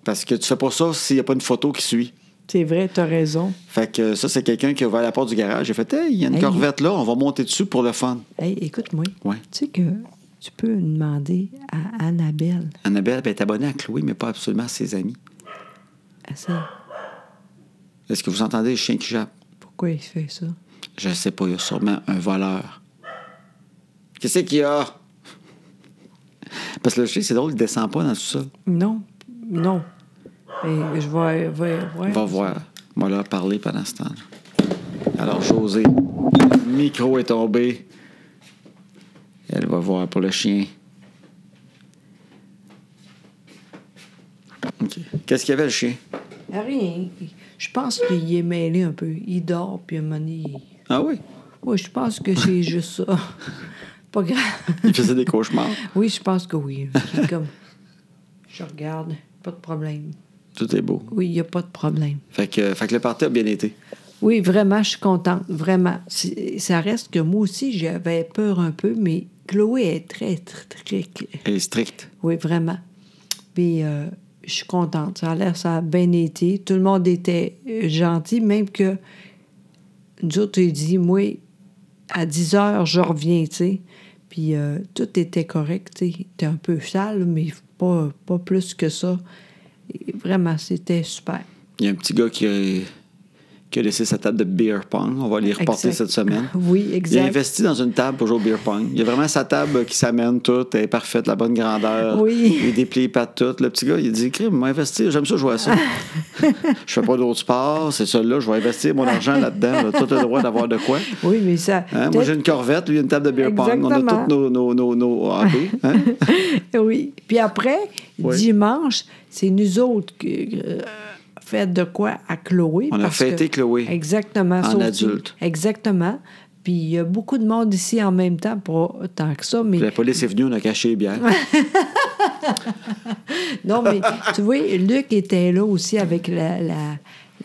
Speaker 1: Parce que tu fais pas ça s'il n'y a pas une photo qui suit.
Speaker 2: C'est vrai, t'as raison.
Speaker 1: Fait que ça, c'est quelqu'un qui a ouvert la porte du garage. J'ai fait, hey, il y a une
Speaker 2: Hey.
Speaker 1: Corvette là, on va monter dessus pour le fun.
Speaker 2: Hey, écoute-moi.
Speaker 1: Ouais.
Speaker 2: Tu sais que tu peux demander à Annabelle.
Speaker 1: Annabelle ben, est abonnée à Chloé, mais pas absolument à ses amis.
Speaker 2: à ça.
Speaker 1: Est-ce que vous entendez le chien qui jappe?
Speaker 2: Pourquoi il fait ça?
Speaker 1: Je sais pas, il y a sûrement un voleur. Qu'est-ce qu'il y a? Parce que le chien, c'est drôle, il descend pas dans tout ça.
Speaker 2: Non, non. Ben, je vais, vais- ouais.
Speaker 1: Va voir. Moi, leur parler pendant ce temps Alors, José, le micro est tombé. Elle va voir pour le chien. OK. Qu'est-ce qu'il y avait, le chien?
Speaker 2: Rien. Je pense qu'il est mêlé un peu. Il dort, puis à un moment donné, il-
Speaker 1: Ah oui?
Speaker 2: Oui, je pense que c'est juste ça. Pas grave.
Speaker 1: Il faisait des cauchemars.
Speaker 2: Oui, je pense que oui. C'est comme... Je regarde, pas de problème.
Speaker 1: Tout est beau.
Speaker 2: Oui, il n'y a pas de problème.
Speaker 1: Fait que, fait que le party a bien été.
Speaker 2: Oui, vraiment, je suis contente, vraiment. C'est- Ça reste que moi aussi, j'avais peur un peu, mais Chloé est très, très, très...
Speaker 1: Elle est stricte.
Speaker 2: Oui, vraiment. Puis, euh, je suis contente. Ça a l'air, ça a bien été. Tout le monde était euh, gentil, même que nous autres, il dit, moi, à 10 heures, je reviens, tu sais. Puis, euh, tout était correct, tu sais. Il était un peu sale, mais pas, pas plus que ça. Et vraiment, c'était super.
Speaker 1: Il y a un petit gars qui a, qui a laissé sa table de beer pong. On va l'y reporter
Speaker 2: Exact.
Speaker 1: cette semaine.
Speaker 2: Oui,
Speaker 1: Il a
Speaker 2: exact.
Speaker 1: investi dans une table pour jouer au beer pong. Il y a vraiment sa table qui s'amène toute, elle est parfaite, la bonne grandeur.
Speaker 2: Oui.
Speaker 1: Il déplie pas toutes. Le petit gars, il dit Crime, m'a investi, j'aime ça jouer à ça. je fais pas d'autres sports, c'est ça là, je vais investir mon argent là-dedans. Là. Tout le droit d'avoir de quoi.
Speaker 2: Oui, mais ça...
Speaker 1: Hein, Moi, j'ai une corvette, lui, une table de beer pong. On a
Speaker 2: Exactement.
Speaker 1: tous nos, nos, nos, nos hobbies, hein.
Speaker 2: Oui. Puis après,
Speaker 1: Oui.
Speaker 2: dimanche, c'est nous autres qui euh, faites de quoi à Chloé.
Speaker 1: On a
Speaker 2: parce que-
Speaker 1: fêté Chloé.
Speaker 2: Exactement.
Speaker 1: En
Speaker 2: sauf-
Speaker 1: adulte.
Speaker 2: Exactement. Puis il y a beaucoup de monde ici en même temps, pas tant que ça, mais...
Speaker 1: La police est venue, on a caché les bières.
Speaker 2: Non, mais tu vois, Luc était là aussi avec la, la,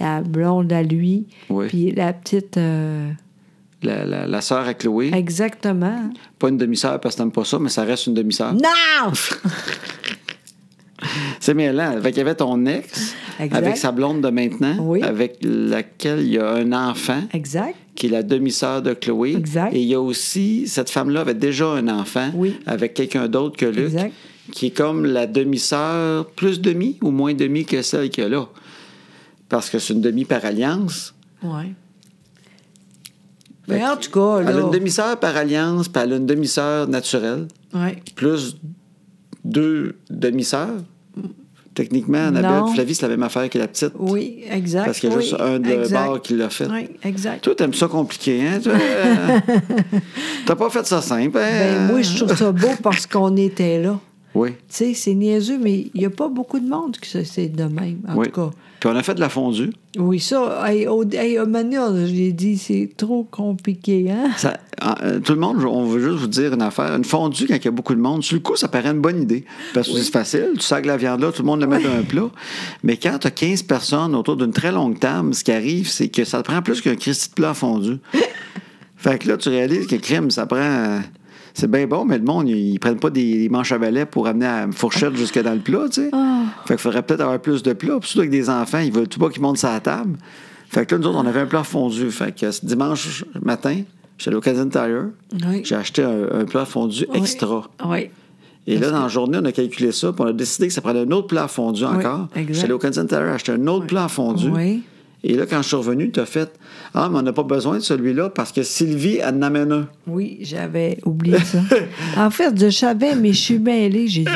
Speaker 2: la blonde à lui,
Speaker 1: Oui.
Speaker 2: puis la petite... euh,
Speaker 1: La, la, la sœur à Chloé,
Speaker 2: exactement.
Speaker 1: pas une demi-sœur parce que t'aimes pas ça, mais ça reste une demi-sœur.
Speaker 2: Non!
Speaker 1: C'est mêlant. Fait qu'il y avait ton ex,
Speaker 2: Exact.
Speaker 1: avec sa blonde de maintenant,
Speaker 2: Oui.
Speaker 1: avec laquelle il y a un enfant,
Speaker 2: Exact.
Speaker 1: qui est la demi-sœur de Chloé.
Speaker 2: Exact.
Speaker 1: Et il y a aussi, cette femme-là avait déjà un enfant,
Speaker 2: Oui.
Speaker 1: avec quelqu'un d'autre que Luc,
Speaker 2: Exact.
Speaker 1: qui est comme la demi-sœur, plus demi ou moins demi que celle qu'il y a là. Parce que c'est une demi par alliance.
Speaker 2: Oui.
Speaker 1: Fait
Speaker 2: Mais en
Speaker 1: que-
Speaker 2: tout cas,
Speaker 1: Elle a
Speaker 2: Oh là...
Speaker 1: une demi-sœur par alliance, puis elle a une demi-sœur naturelle,
Speaker 2: Ouais.
Speaker 1: plus deux demi-sœurs. Techniquement, Annabelle
Speaker 2: Non.
Speaker 1: Flavie, c'est la même affaire que la petite.
Speaker 2: Oui, exact.
Speaker 1: Parce qu'il y a
Speaker 2: oui,
Speaker 1: juste un de
Speaker 2: exact.
Speaker 1: bord qui l'a fait.
Speaker 2: Oui, exact.
Speaker 1: Toi, t'aimes ça compliqué, hein? toi? Euh, T'as pas fait ça simple, hein?
Speaker 2: Ben, moi, je trouve ça beau parce qu'on était là.
Speaker 1: Oui,
Speaker 2: Tu sais, c'est niaiseux, mais il n'y a pas beaucoup de monde qui se c'est de même, en
Speaker 1: oui.
Speaker 2: tout cas.
Speaker 1: Puis on a fait de la fondue.
Speaker 2: Oui, ça, hey, au, hey, à un moment donné, on- je l'ai dit, c'est trop compliqué, hein?
Speaker 1: Ça- euh, tout le monde, on veut juste vous dire une affaire. Une fondue, quand il y a beaucoup de monde, sur le coup, ça paraît une bonne idée. Parce que c'est facile, tu sacs la viande là, tout le monde le met dans un plat. Mais quand tu as 15 personnes autour d'une très longue table, ce qui arrive, c'est que ça te prend plus qu'un Christy de plat fondu. fait que là, tu réalises que crime, ça prend. euh, C'est bien bon, mais le monde, ils, ils prennent pas des, des manches à balai pour amener à une fourchette jusque dans le plat, tu sais.
Speaker 2: Ah.
Speaker 1: Fait qu'il faudrait peut-être avoir plus de plats. Puis surtout avec des enfants, ils veulent tout pas qu'ils montent sur la table. Fait que là, nous autres, on avait un plat fondu. Fait que ce dimanche matin, j'étais allé au Canadian Tire.
Speaker 2: Oui.
Speaker 1: J'ai acheté un, un plat fondu extra.
Speaker 2: Oui.
Speaker 1: Et là, dans la journée, on a calculé ça, puis on a décidé que ça prenait un autre plat fondu encore.
Speaker 2: exact.
Speaker 1: J'étais allé au Canadian Tire acheter un autre plat fondu.
Speaker 2: Oui.
Speaker 1: Et là, quand je suis revenu, tu as fait Ah, mais on n'a pas besoin de celui-là parce que Sylvie, elle en amène un.
Speaker 2: Oui, j'avais oublié ça. en fait, je savais, mais je suis mêlée, j'ai dit.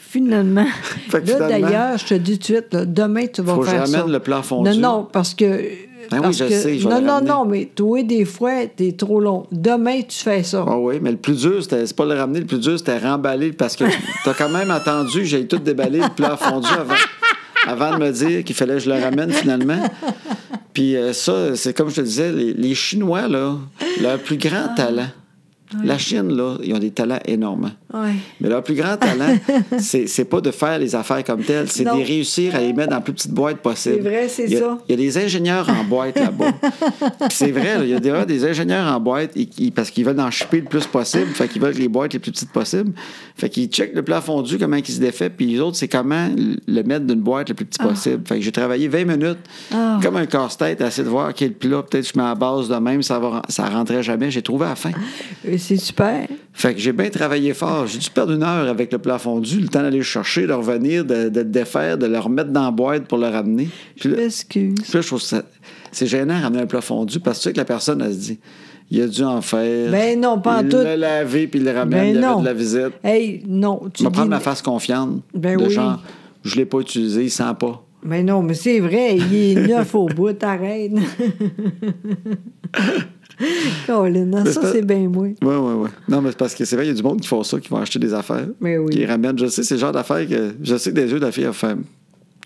Speaker 2: Finalement.
Speaker 1: Fait que
Speaker 2: là,
Speaker 1: finalement-
Speaker 2: d'ailleurs, je te dis tout de suite, là, demain, tu vas
Speaker 1: Faut que je
Speaker 2: faire ça.
Speaker 1: ramène le plat fondu.
Speaker 2: Non, non, parce que...
Speaker 1: Ben oui,
Speaker 2: parce
Speaker 1: je
Speaker 2: que-
Speaker 1: sais, je vais
Speaker 2: Non,
Speaker 1: le
Speaker 2: non,
Speaker 1: ramener.
Speaker 2: non, mais toi, des fois, t'es trop long. Demain, tu fais ça.
Speaker 1: Ah oui, mais le plus dur, c'était c'est pas le ramener, le plus dur, c'était remballer parce que t'as quand même attendu que j'aille tout déballer le plat fondu avant, avant de me dire qu'il fallait que je le ramène finalement. Puis euh, ça, c'est comme je te disais, les, les Chinois, là, leur plus grand talent, la Chine, là, ils ont des talents énormes.
Speaker 2: Ouais.
Speaker 1: Mais leur plus grand talent, c'est c'est pas de faire les affaires comme telles, c'est de
Speaker 2: Non.
Speaker 1: les réussir à les mettre dans la plus petite boîte possible.
Speaker 2: C'est vrai, c'est
Speaker 1: Il y a-
Speaker 2: ça.
Speaker 1: Il y a des ingénieurs en boîte là-bas. Puis c'est vrai, là, il y a des, des ingénieurs en boîte ils- ils- parce qu'ils veulent en choper le plus possible, fait qu'ils veulent les boîtes les plus petites possibles. Fait qu'ils checkent le plat fondu, comment il se défait, puis les autres, c'est comment le mettre d'une boîte le plus petit possible. Fait que j'ai travaillé 20 minutes
Speaker 2: Ah.
Speaker 1: comme un casse-tête à essayer de voir quel plat, peut-être je mets à la base de même, ça, va, ça rentrait jamais. J'ai trouvé à la fin.
Speaker 2: Euh, C'est super.
Speaker 1: Fait que j'ai bien travaillé fort. J'ai dû perdre une heure avec le plat fondu, le temps d'aller le chercher, de revenir, de, de le défaire, de le remettre dans la boîte pour le ramener. Puis là,
Speaker 2: Excuse.
Speaker 1: puis là, je trouve que ça- c'est gênant de ramener un plat fondu parce que tu sais que la personne, elle se dit, il a dû en faire.
Speaker 2: Ben non, pas en
Speaker 1: il
Speaker 2: tout.
Speaker 1: l'a lavé, puis il le ramène, il
Speaker 2: Ben
Speaker 1: y
Speaker 2: non.
Speaker 1: avait de la visite.
Speaker 2: Hey, non, tu
Speaker 1: Je vais
Speaker 2: dis-
Speaker 1: prendre ma face confiante
Speaker 2: Ben
Speaker 1: de
Speaker 2: oui.
Speaker 1: genre, je l'ai pas utilisé, il sent pas.
Speaker 2: Mais non, mais c'est vrai, il est neuf au bout, t'arrêtes. Colin,
Speaker 1: Mais
Speaker 2: ça,
Speaker 1: c'est-
Speaker 2: c'est bien moi.
Speaker 1: Oui, oui, oui. Non, mais c'est parce que c'est vrai, il y a du monde qui font ça, qui vont acheter des affaires.
Speaker 2: Mais Eh oui.
Speaker 1: Qui les ramènent. Je sais, c'est le genre d'affaires que. Je sais que des yeux de la fille, enfin,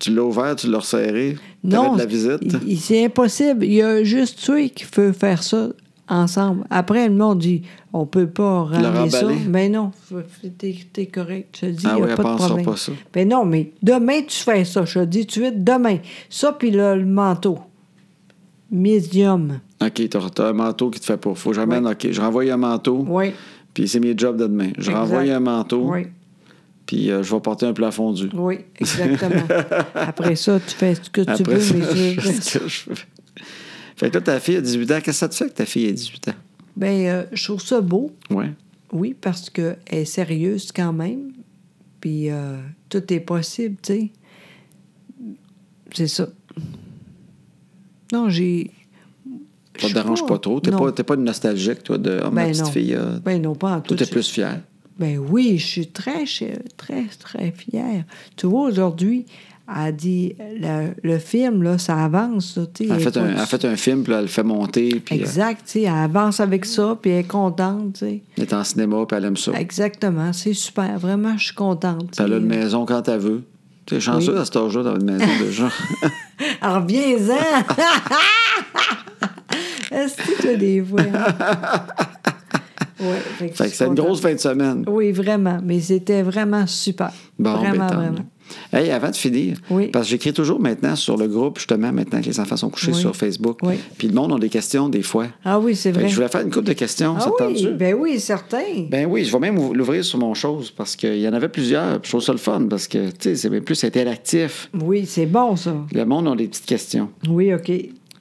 Speaker 1: tu l'as ouvert, tu l'as resserré. t'avais
Speaker 2: Non,
Speaker 1: de la visite.
Speaker 2: il- il- c'est impossible. Il y a juste toi qui peut faire ça ensemble. Après, le monde dit on peut pas ramener ça.
Speaker 1: remballer.
Speaker 2: Mais non, f- f- t'es t'es correct. Je te dis, il
Speaker 1: Ah
Speaker 2: n'y a
Speaker 1: oui, elle
Speaker 2: pas de
Speaker 1: pensera
Speaker 2: problème.
Speaker 1: pas ça.
Speaker 2: Mais non, mais demain, tu fais ça. Je te dis tout de suite, demain. Ça, puis là, le manteau. Medium.
Speaker 1: OK, t'as t'as un manteau qui te fait pas. Faut que j'amène, OK, je renvoie un manteau,
Speaker 2: Oui.
Speaker 1: puis c'est mes jobs de demain. Je
Speaker 2: Exact.
Speaker 1: renvoie un manteau,
Speaker 2: Oui,
Speaker 1: puis euh, je vais porter un plat fondu.
Speaker 2: oui, exactement. Après ça, tu fais ce que tu
Speaker 1: Après
Speaker 2: veux,
Speaker 1: ça,
Speaker 2: mais tu
Speaker 1: je fais ce que je veux. Fait que là, ta fille a 18 ans. Qu'est-ce que ça te fait que ta fille ait 18 ans?
Speaker 2: Ben, euh, je trouve ça beau,
Speaker 1: Ouais.
Speaker 2: oui, parce qu'elle est sérieuse quand même. Puis euh, tout est possible, tu sais. C'est ça. Non, j'ai.
Speaker 1: Ça
Speaker 2: je
Speaker 1: te dérange
Speaker 2: suis
Speaker 1: pas trop. T'es
Speaker 2: non.
Speaker 1: pas, t'es pas une nostalgique, toi, de Ah, ma
Speaker 2: Ben
Speaker 1: petite
Speaker 2: non.
Speaker 1: fille. euh,
Speaker 2: Ben non, pas en tout.
Speaker 1: toi, t'es plus fière.
Speaker 2: Ben oui, je suis très, chi- très, très fière. Tu vois, aujourd'hui, elle dit le, le film, là, ça avance. Là, tu sais,
Speaker 1: Elle
Speaker 2: elle est
Speaker 1: fait,
Speaker 2: pas
Speaker 1: un,
Speaker 2: du-
Speaker 1: elle fait un film, puis là, elle le fait monter, puis euh,
Speaker 2: Exact, tu sais, elle avance avec ça, puis elle est contente. tu sais.
Speaker 1: elle est en cinéma, puis elle aime ça.
Speaker 2: Exactement, c'est super. Vraiment, je suis contente.
Speaker 1: Puis elle a une
Speaker 2: tu sais.
Speaker 1: maison quand elle veut. T'es chanceux à cet âge-là d'avoir une maison déjà.
Speaker 2: Alors, reviens-en! Est-ce que tu as des voix? Oui,
Speaker 1: fait que c'est une grosse fin de semaine.
Speaker 2: Oui, vraiment, mais c'était vraiment super.
Speaker 1: Bon, ben,
Speaker 2: vraiment,
Speaker 1: tant
Speaker 2: vraiment.
Speaker 1: mieux. Hey, avant de finir,
Speaker 2: Oui.
Speaker 1: parce que j'écris toujours maintenant sur le groupe, justement, maintenant que les enfants sont couchés
Speaker 2: Oui.
Speaker 1: sur Facebook.
Speaker 2: Oui.
Speaker 1: Puis le monde a des questions des fois.
Speaker 2: Ah oui, c'est
Speaker 1: Fait que
Speaker 2: vrai.
Speaker 1: je voulais faire une couple de questions,
Speaker 2: Ah
Speaker 1: ça te
Speaker 2: oui,
Speaker 1: tente-tu?
Speaker 2: ben oui, certain.
Speaker 1: Ben oui, je vais même ouv- l'ouvrir sur mon chose parce qu'il y en avait plusieurs. puis Je trouve ça le fun parce que, tu sais, c'est bien plus interactif.
Speaker 2: Oui, c'est bon, ça.
Speaker 1: Le monde a des petites questions.
Speaker 2: Oui, OK.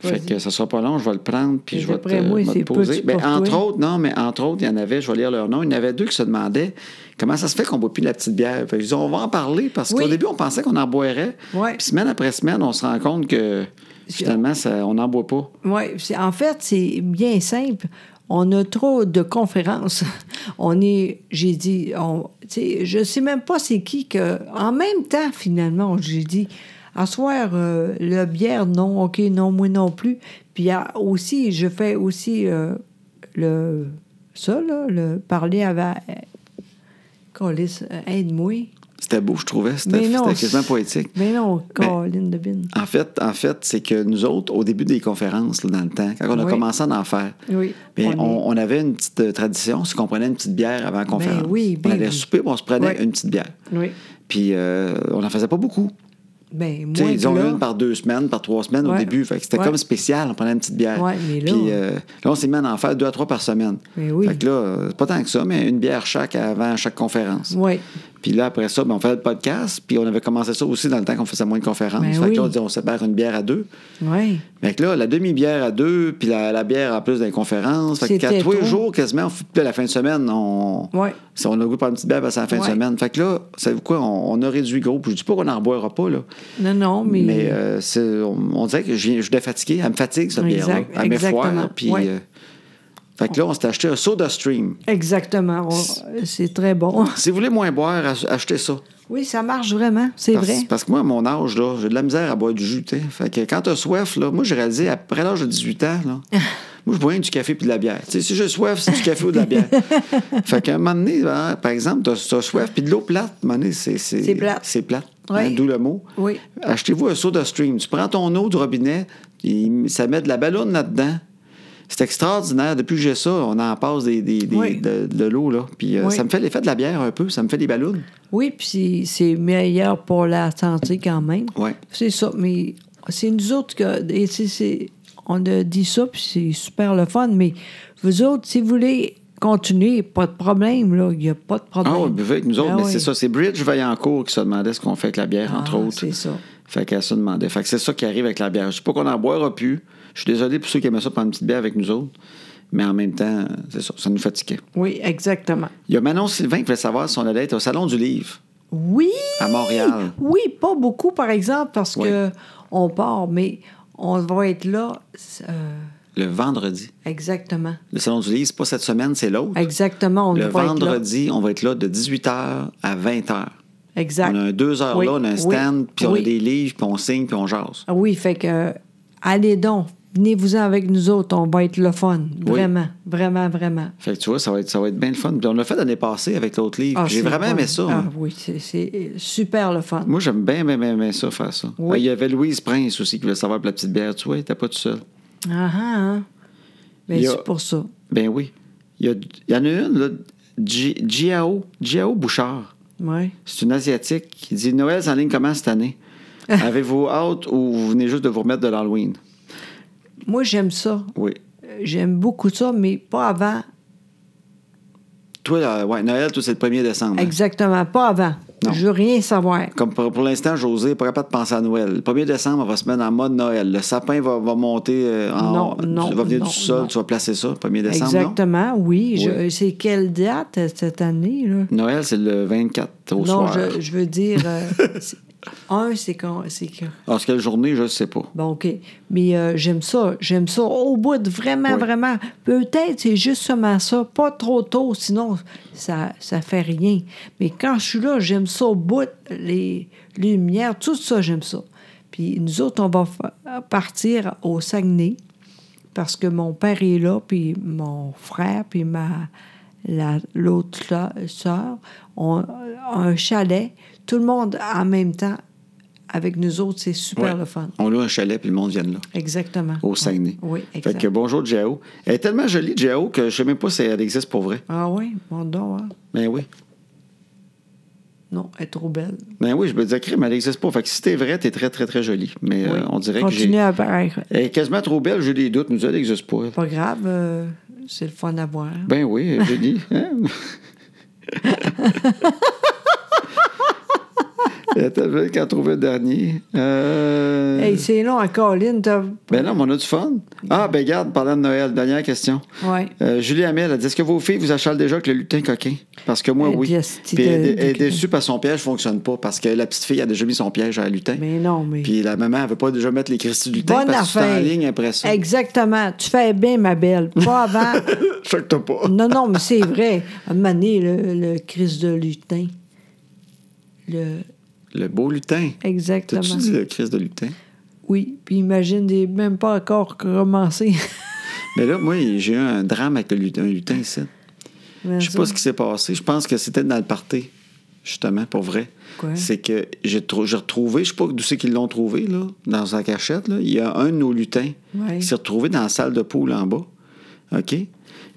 Speaker 1: Fait
Speaker 2: Vas-y.
Speaker 1: que ça sera pas long, je vais le prendre puis
Speaker 2: Mais
Speaker 1: je vais te,
Speaker 2: d'après moi,
Speaker 1: je vais te
Speaker 2: c'est peu
Speaker 1: poser.
Speaker 2: tu
Speaker 1: Ben,
Speaker 2: pour
Speaker 1: entre
Speaker 2: toi.
Speaker 1: autres, non, mais entre autres, il y en avait, je vais lire leur nom. Il y en avait deux qui se demandaient comment ça se fait qu'on boit plus de la petite bière. Fait que je dis, on va en parler parce
Speaker 2: Oui.
Speaker 1: qu'au début, on pensait qu'on en boirait.
Speaker 2: Ouais.
Speaker 1: Puis semaine après semaine, on se rend compte que finalement, ça, on n'en boit pas.
Speaker 2: Oui, c'est- en fait, c'est bien simple. On a trop de conférences. On est, j'ai dit, on, tu sais, je sais même pas c'est qui que, en même temps, finalement, j'ai dit, à soir, euh, la bière, non, OK, non, moi non plus. Puis ah, aussi, je fais aussi euh, le, ça, là, le parler avec, Colis, euh, aide-moi.
Speaker 1: C'était beau, je trouvais. C'était
Speaker 2: Mais non,
Speaker 1: c'était quasiment
Speaker 2: c'est-
Speaker 1: poétique.
Speaker 2: Mais non,
Speaker 1: Mais-
Speaker 2: Colin Devine.
Speaker 1: En fait, en fait c'est que nous autres, au début des conférences, là, dans le temps, quand on a
Speaker 2: Oui.
Speaker 1: commencé à en faire,
Speaker 2: Oui.
Speaker 1: bien,
Speaker 2: on est-
Speaker 1: on, on avait une petite euh, tradition, c'est qu'on prenait une petite bière avant la conférence.
Speaker 2: oui, ben
Speaker 1: on allait
Speaker 2: oui.
Speaker 1: souper, puis on se prenait
Speaker 2: Oui.
Speaker 1: une petite bière.
Speaker 2: Oui.
Speaker 1: Puis euh, on n'en faisait pas beaucoup.
Speaker 2: Ben,
Speaker 1: Tu
Speaker 2: moi,
Speaker 1: sais, ils ont
Speaker 2: là,
Speaker 1: une par deux semaines, par trois semaines au
Speaker 2: Ouais.
Speaker 1: début. Fait que c'était
Speaker 2: Ouais.
Speaker 1: comme spécial, on prenait une petite bière.
Speaker 2: Ouais, mais là-
Speaker 1: Puis euh, là, on s'est mis à en faire deux à trois par semaine.
Speaker 2: Mais oui.
Speaker 1: Fait que là, euh, c'est pas tant que ça, mais une bière chaque avant chaque conférence.
Speaker 2: Oui.
Speaker 1: Puis là, après ça, ben, on faisait le podcast. Puis on avait commencé ça aussi dans le temps qu'on faisait moins de conférences.
Speaker 2: Ben
Speaker 1: fait que là,
Speaker 2: oui.
Speaker 1: on disait, on sépare une bière à deux.
Speaker 2: Oui.
Speaker 1: Fait que là, la demi-bière à deux, puis la, la bière en plus dans les conférences. Fait que
Speaker 2: C'était
Speaker 1: qu'à tous les
Speaker 2: trop.
Speaker 1: jours, quasiment, on, fout- puis la fin de semaine, on,
Speaker 2: Ouais.
Speaker 1: si on a le goût de prendre une petite bière, ben, c'est la fin
Speaker 2: Ouais.
Speaker 1: de semaine. Fait que là, savez-vous quoi, on, on a réduit gros. Puis je dis pas qu'on n'en reboira pas, là.
Speaker 2: Non, non, Oh, mais.
Speaker 1: Mais euh, c'est- on, on dirait que je viens- je suis fatigué. Elle me fatigue, cette bière-là.
Speaker 2: Exact-
Speaker 1: Elle
Speaker 2: exactement.
Speaker 1: m'effoire. Puis,
Speaker 2: Ouais.
Speaker 1: euh, fait que là, on s'est acheté un soda stream.
Speaker 2: Exactement. on- C'est très bon.
Speaker 1: Si vous voulez moins boire, ach- achetez ça.
Speaker 2: Oui, ça marche vraiment. C'est
Speaker 1: Parce,
Speaker 2: vrai.
Speaker 1: parce que moi, à mon âge, là, j'ai de la misère à boire du jus. t'sais. Fait que quand t'as soif, là, moi, j'ai réalisé, après l'âge de 18 ans, là, moi, je bois rien que du café puis de la bière. T'sais, si j'ai soif, c'est du café ou de la bière. fait qu'à un moment donné, hein, par exemple, t'as as soif puis de l'eau plate, à un moment donné, c'est
Speaker 2: C'est plate.
Speaker 1: C'est plate.
Speaker 2: Oui.
Speaker 1: Hein, D'où le mot.
Speaker 2: Oui.
Speaker 1: Achetez-vous un soda stream. Tu prends ton eau du robinet, il- ça met de la ballonne là-dedans. C'est extraordinaire. Depuis que j'ai ça, on en passe des, des- des-
Speaker 2: Oui.
Speaker 1: de, de l'eau. là. Puis euh,
Speaker 2: Oui.
Speaker 1: ça me fait l'effet de la bière un peu. Ça me fait des ballons.
Speaker 2: Oui, puis c'est- c'est meilleur pour la santé quand même.
Speaker 1: Ouais.
Speaker 2: C'est ça. Mais c'est nous autres que. et c'est- c'est- on a dit ça, puis c'est super le fun. Mais vous autres, si vous voulez continuer, pas de problème, là. Il n'y a pas de problème.
Speaker 1: Ah oui, buvez avec nous autres,
Speaker 2: Ah
Speaker 1: mais
Speaker 2: oui.
Speaker 1: c'est ça. C'est Bridge Vaillancourt qui se demandait ce qu'on fait avec la bière, entre
Speaker 2: Ah,
Speaker 1: autres.
Speaker 2: c'est ça.
Speaker 1: Fait qu'elle se demandait. Fait que c'est ça qui arrive avec la bière. Je sais pas qu'on en boira plus. Je suis désolé pour ceux qui aimaient ça prendre une petite bière avec nous autres. Mais en même temps, c'est ça, ça nous fatiguait.
Speaker 2: Oui, exactement.
Speaker 1: Il y a Manon Sylvain qui voulait savoir si on allait être au Salon du Livre
Speaker 2: Oui!
Speaker 1: à Montréal.
Speaker 2: Oui, pas beaucoup, par exemple, parce
Speaker 1: Oui.
Speaker 2: que on part, mais on va être là. euh,
Speaker 1: Le vendredi.
Speaker 2: exactement.
Speaker 1: Le Salon du Livre, c'est pas cette semaine, c'est l'autre.
Speaker 2: Exactement, on
Speaker 1: Le
Speaker 2: va être là.
Speaker 1: vendredi, on va être là de 18h à 20h.
Speaker 2: Exact.
Speaker 1: On a un deux heures
Speaker 2: Oui,
Speaker 1: là, on a un
Speaker 2: oui,
Speaker 1: stand, puis on
Speaker 2: oui.
Speaker 1: a des livres, puis on signe, puis on jase.
Speaker 2: Ah Oui, fait que euh, allez donc, venez-vous-en avec nous autres, on va être le fun. Vraiment, vraiment, vraiment.
Speaker 1: Fait que tu vois, ça va être, ça va être bien le fun. Puis on l'a fait l'année passée avec l'autre livre.
Speaker 2: Ah,
Speaker 1: J'ai
Speaker 2: c'est
Speaker 1: vraiment
Speaker 2: le fun.
Speaker 1: aimé ça.
Speaker 2: Ah
Speaker 1: hein.
Speaker 2: oui, c'est- c'est super le fun.
Speaker 1: Moi, j'aime bien, bien, bien, bien ça, faire ça.
Speaker 2: Oui.
Speaker 1: Ah, Il y avait Louise Prince aussi qui voulait savoir pour la petite bière. Tu vois, elle était pas tout seul.
Speaker 2: Ah, ah, hein. Mais
Speaker 1: Il y a-
Speaker 2: c'est pour ça.
Speaker 1: Ben oui. Il y, a- il y en a une, là, Ji- Jiao, Jiao Bouchard.
Speaker 2: Oui.
Speaker 1: C'est une Asiatique qui dit Noël en ligne comment cette année Avez-vous hâte ou vous venez juste de vous remettre de l'Halloween
Speaker 2: Moi, j'aime ça.
Speaker 1: Oui.
Speaker 2: Euh, J'aime beaucoup ça, mais pas avant.
Speaker 1: Toi, là, ouais, Noël, toi, c'est le 1er décembre. hein?
Speaker 2: Exactement, pas avant.
Speaker 1: Non.
Speaker 2: Je veux rien savoir.
Speaker 1: Comme pour, pour l'instant, José n'est pas capable de penser à Noël. Le 1er décembre, on va se mettre en mode Noël. Le sapin va, va monter euh, en
Speaker 2: Non,
Speaker 1: haut.
Speaker 2: non,
Speaker 1: Tu vas venir
Speaker 2: non,
Speaker 1: du sol,
Speaker 2: non.
Speaker 1: tu vas placer ça, 1er décembre.
Speaker 2: Exactement, oui. Je-
Speaker 1: Oui.
Speaker 2: C'est quelle date euh, cette année? Là?
Speaker 1: Non? Noël, c'est le 24 au
Speaker 2: non,
Speaker 1: soir.
Speaker 2: je, je veux dire. euh, c'est- un, c'est qu'on. c'est que-
Speaker 1: Alors, c'est quelle journée, je ne sais pas.
Speaker 2: Bon, OK. Mais euh, j'aime ça. J'aime ça au bout, de- vraiment,
Speaker 1: Oui.
Speaker 2: vraiment. Peut-être c'est justement ça, pas trop tôt, sinon ça ça fait rien. Mais quand je suis là, j'aime ça au bout, les lumières, tout ça, j'aime ça. Puis nous autres, on va fa- partir au Saguenay parce que mon père est là, puis mon frère, puis ma la- l'autre la, sœur ont un chalet. Tout le monde en même temps avec nous autres, c'est super
Speaker 1: Ouais.
Speaker 2: le fun.
Speaker 1: On loue un chalet, puis le monde vient de là.
Speaker 2: Exactement.
Speaker 1: Au Saguenay.
Speaker 2: Oui,
Speaker 1: Fait
Speaker 2: exact.
Speaker 1: que bonjour, Jao. Elle est tellement jolie, Jao, que je ne sais même pas si elle existe pour vrai.
Speaker 2: Ah oui, mon don, hein?
Speaker 1: Ben oui.
Speaker 2: Non, elle est trop belle.
Speaker 1: Ben oui, je me disais, crime, elle n'existe pas. Fait que si t'es vrai, t'es très, très, très jolie. Mais euh,
Speaker 2: Oui.
Speaker 1: on dirait que
Speaker 2: Continue
Speaker 1: j'ai.
Speaker 2: à paraître.
Speaker 1: Elle est quasiment trop belle, j'ai des doutes. Nous, elle n'existe pas.
Speaker 2: Pas grave, euh, c'est le fun à voir.
Speaker 1: Ben oui, Eugénie. hein? Attends, je vais qu'en trouver le dernier. Euh...
Speaker 2: Hey, c'est long à Colline, t'as...
Speaker 1: Ben non, mais on a du fun. Ah, ben garde, parlant de Noël, dernière question.
Speaker 2: Ouais.
Speaker 1: Euh, Julie Hamel, elle dit Est-ce que vos filles vous achalent déjà avec le lutin coquin Parce que moi,
Speaker 2: Elle
Speaker 1: oui.
Speaker 2: dit, Asti,
Speaker 1: Puis elle,
Speaker 2: de-
Speaker 1: est- elle est
Speaker 2: de-
Speaker 1: déçue parce que son piège ne fonctionne pas. Parce que la petite fille a déjà mis son piège à un lutin.
Speaker 2: Mais non, mais...
Speaker 1: Puis la maman, elle veut pas déjà mettre les cristis du lutin
Speaker 2: Bonne
Speaker 1: parce que c'est en
Speaker 2: affaire.
Speaker 1: ligne après ça.
Speaker 2: Exactement. Tu fais bien, ma belle. Pas avant.
Speaker 1: Choque t'as pas.
Speaker 2: non, non, mais c'est vrai. À un moment donné, le, le Christ de lutin. Le...
Speaker 1: Le beau lutin. T'as-tu
Speaker 2: Exactement.
Speaker 1: dit le Christ de lutin
Speaker 2: Oui, puis imagine, des... même pas encore commencé.
Speaker 1: Mais là, moi, j'ai eu un drame avec le lutin, un lutin ici. Je sais pas ce qui s'est passé. Je pense que c'était dans le party, justement, pour vrai.
Speaker 2: Quoi?
Speaker 1: C'est que j'ai trou- j'ai retrouvé, je sais pas d'où c'est qu'ils l'ont trouvé, là, dans sa cachette. Là. Il y a un de nos lutins
Speaker 2: Ouais.
Speaker 1: qui s'est retrouvé dans la salle de poule en bas. OK?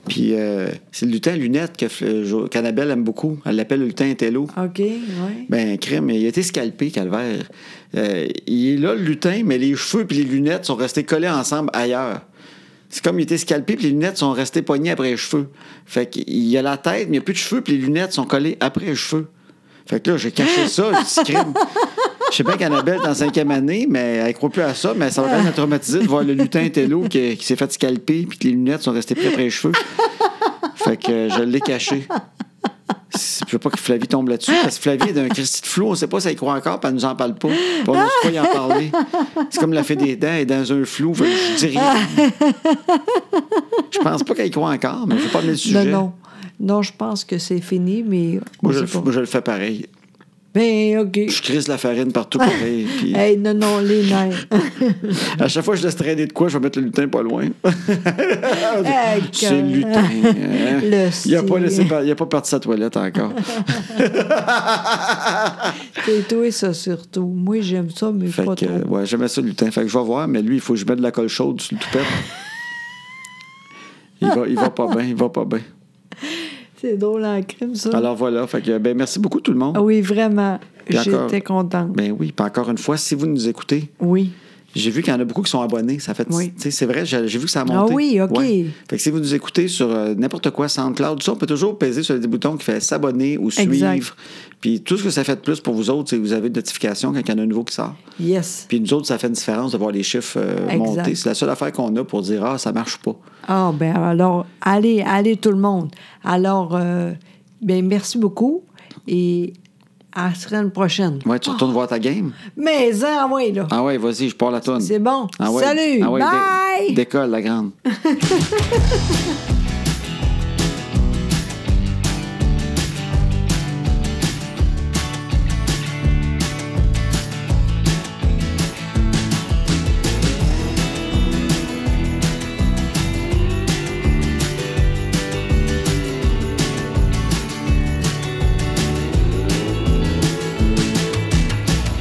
Speaker 1: Puis euh, c'est le lutin à lunettes que F- euh, Jo- qu'Annabelle aime beaucoup. Elle l'appelle le lutin intello.
Speaker 2: OK, oui.
Speaker 1: Ben, crème, il a été scalpé, Calvaire. Euh, il est là, le lutin, mais les cheveux et les lunettes sont restés collés ensemble ailleurs. C'est comme il a été scalpé puis les lunettes sont restées poignées après les cheveux. Fait qu'il a la tête, mais il n'y a plus de cheveux puis les lunettes sont collées après les cheveux. Fait que là, j'ai caché ça, j'ai dit crime. Je sais bien qu'Annabelle, dans la cinquième année, mais elle ne croit plus à ça, mais ça va quand même la traumatiser de voir le lutin tello qui, qui s'est fait scalper puis que les lunettes sont restées près après les cheveux. Fait que euh, je l'ai caché. C'est- Je veux pas que Flavie tombe là-dessus, parce que Flavie est d'un Christy de flou, on sait pas si elle y croit encore, puis elle nous en parle pas. Puis on n'ose pas y en parler. C'est comme la fée des dents, elle est dans un flou, fait que je dis rien. Je pense pas qu'elle y croit encore, mais je vais pas amener le
Speaker 2: Non,
Speaker 1: sujet.
Speaker 2: non. Non, je pense que c'est fini, mais. on
Speaker 1: Moi, je,
Speaker 2: sait
Speaker 1: le-
Speaker 2: pas.
Speaker 1: moi, je le fais pareil.
Speaker 2: Ben, OK.
Speaker 1: Je crise la farine partout pareil. puis
Speaker 2: Hey, non, non, les nerfs.
Speaker 1: Ah, à chaque fois que je laisse traîner de quoi, je vais mettre le lutin pas loin.
Speaker 2: Hey,
Speaker 1: C'est le
Speaker 2: que-
Speaker 1: lutin. hein.
Speaker 2: Le
Speaker 1: Il a, pas
Speaker 2: style.
Speaker 1: laissé, par- il a pas parti sa toilette encore.
Speaker 2: C'est toi, ça, surtout. Moi, j'aime ça, mais
Speaker 1: Fait
Speaker 2: pas
Speaker 1: que,
Speaker 2: trop.
Speaker 1: euh, ouais, j'aimais ça, le lutin. Fait que je vais voir, mais lui, il faut que je mette de la colle chaude sur le toupette. il, va, il va pas bien, il va pas bien.
Speaker 2: C'est drôle en crime, ça.
Speaker 1: Alors voilà, fait que, ben, merci beaucoup tout le monde.
Speaker 2: Ah oui, vraiment.
Speaker 1: Puis encore-
Speaker 2: J'étais contente.
Speaker 1: Ben oui, puis encore une fois, si vous nous écoutez,
Speaker 2: Oui.
Speaker 1: j'ai vu qu'il y en a beaucoup qui sont abonnés. Ça fait,
Speaker 2: Oui.
Speaker 1: tu sais, c'est vrai, j'ai j'ai vu que ça a monté.
Speaker 2: Ah oui, OK.
Speaker 1: Ouais. Fait que si vous nous écoutez sur euh, n'importe quoi, SoundCloud, ça, on peut toujours peser sur le petit bouton qui fait s'abonner ou suivre.
Speaker 2: Exact.
Speaker 1: Puis tout ce que ça fait de plus pour vous autres, c'est que vous avez une notification quand il y en a un nouveau qui sort.
Speaker 2: Yes.
Speaker 1: Puis nous autres, ça fait une différence de voir les chiffres euh,
Speaker 2: Exact.
Speaker 1: monter. C'est la seule affaire qu'on a pour dire Ah, ça marche pas.
Speaker 2: Ah, ben, alors, allez, allez, tout le monde. Alors, euh, ben, merci beaucoup et à la semaine prochaine.
Speaker 1: Ouais, tu
Speaker 2: Ah.
Speaker 1: retournes voir ta game.
Speaker 2: Mais, en ouais, là.
Speaker 1: Ah ouais, vas-y, je pars la tonne.
Speaker 2: C'est bon.
Speaker 1: Ah ouais.
Speaker 2: Salut.
Speaker 1: Ah ouais, dé-
Speaker 2: Bye.
Speaker 1: Décolle, la grande.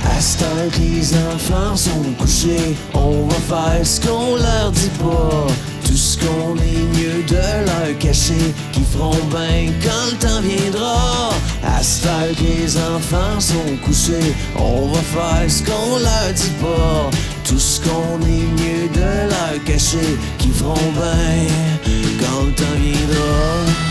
Speaker 3: À cette heure que les enfants sont couchés, on va faire ce qu'on leur dit pas, tout ce qu'on est verront bien quand le temps viendra. À cette heure que les enfants sont couchés, on va faire ce qu'on leur dit pas. Tout ce qu'on est mieux de leur cacher, qui feront bien quand le temps viendra.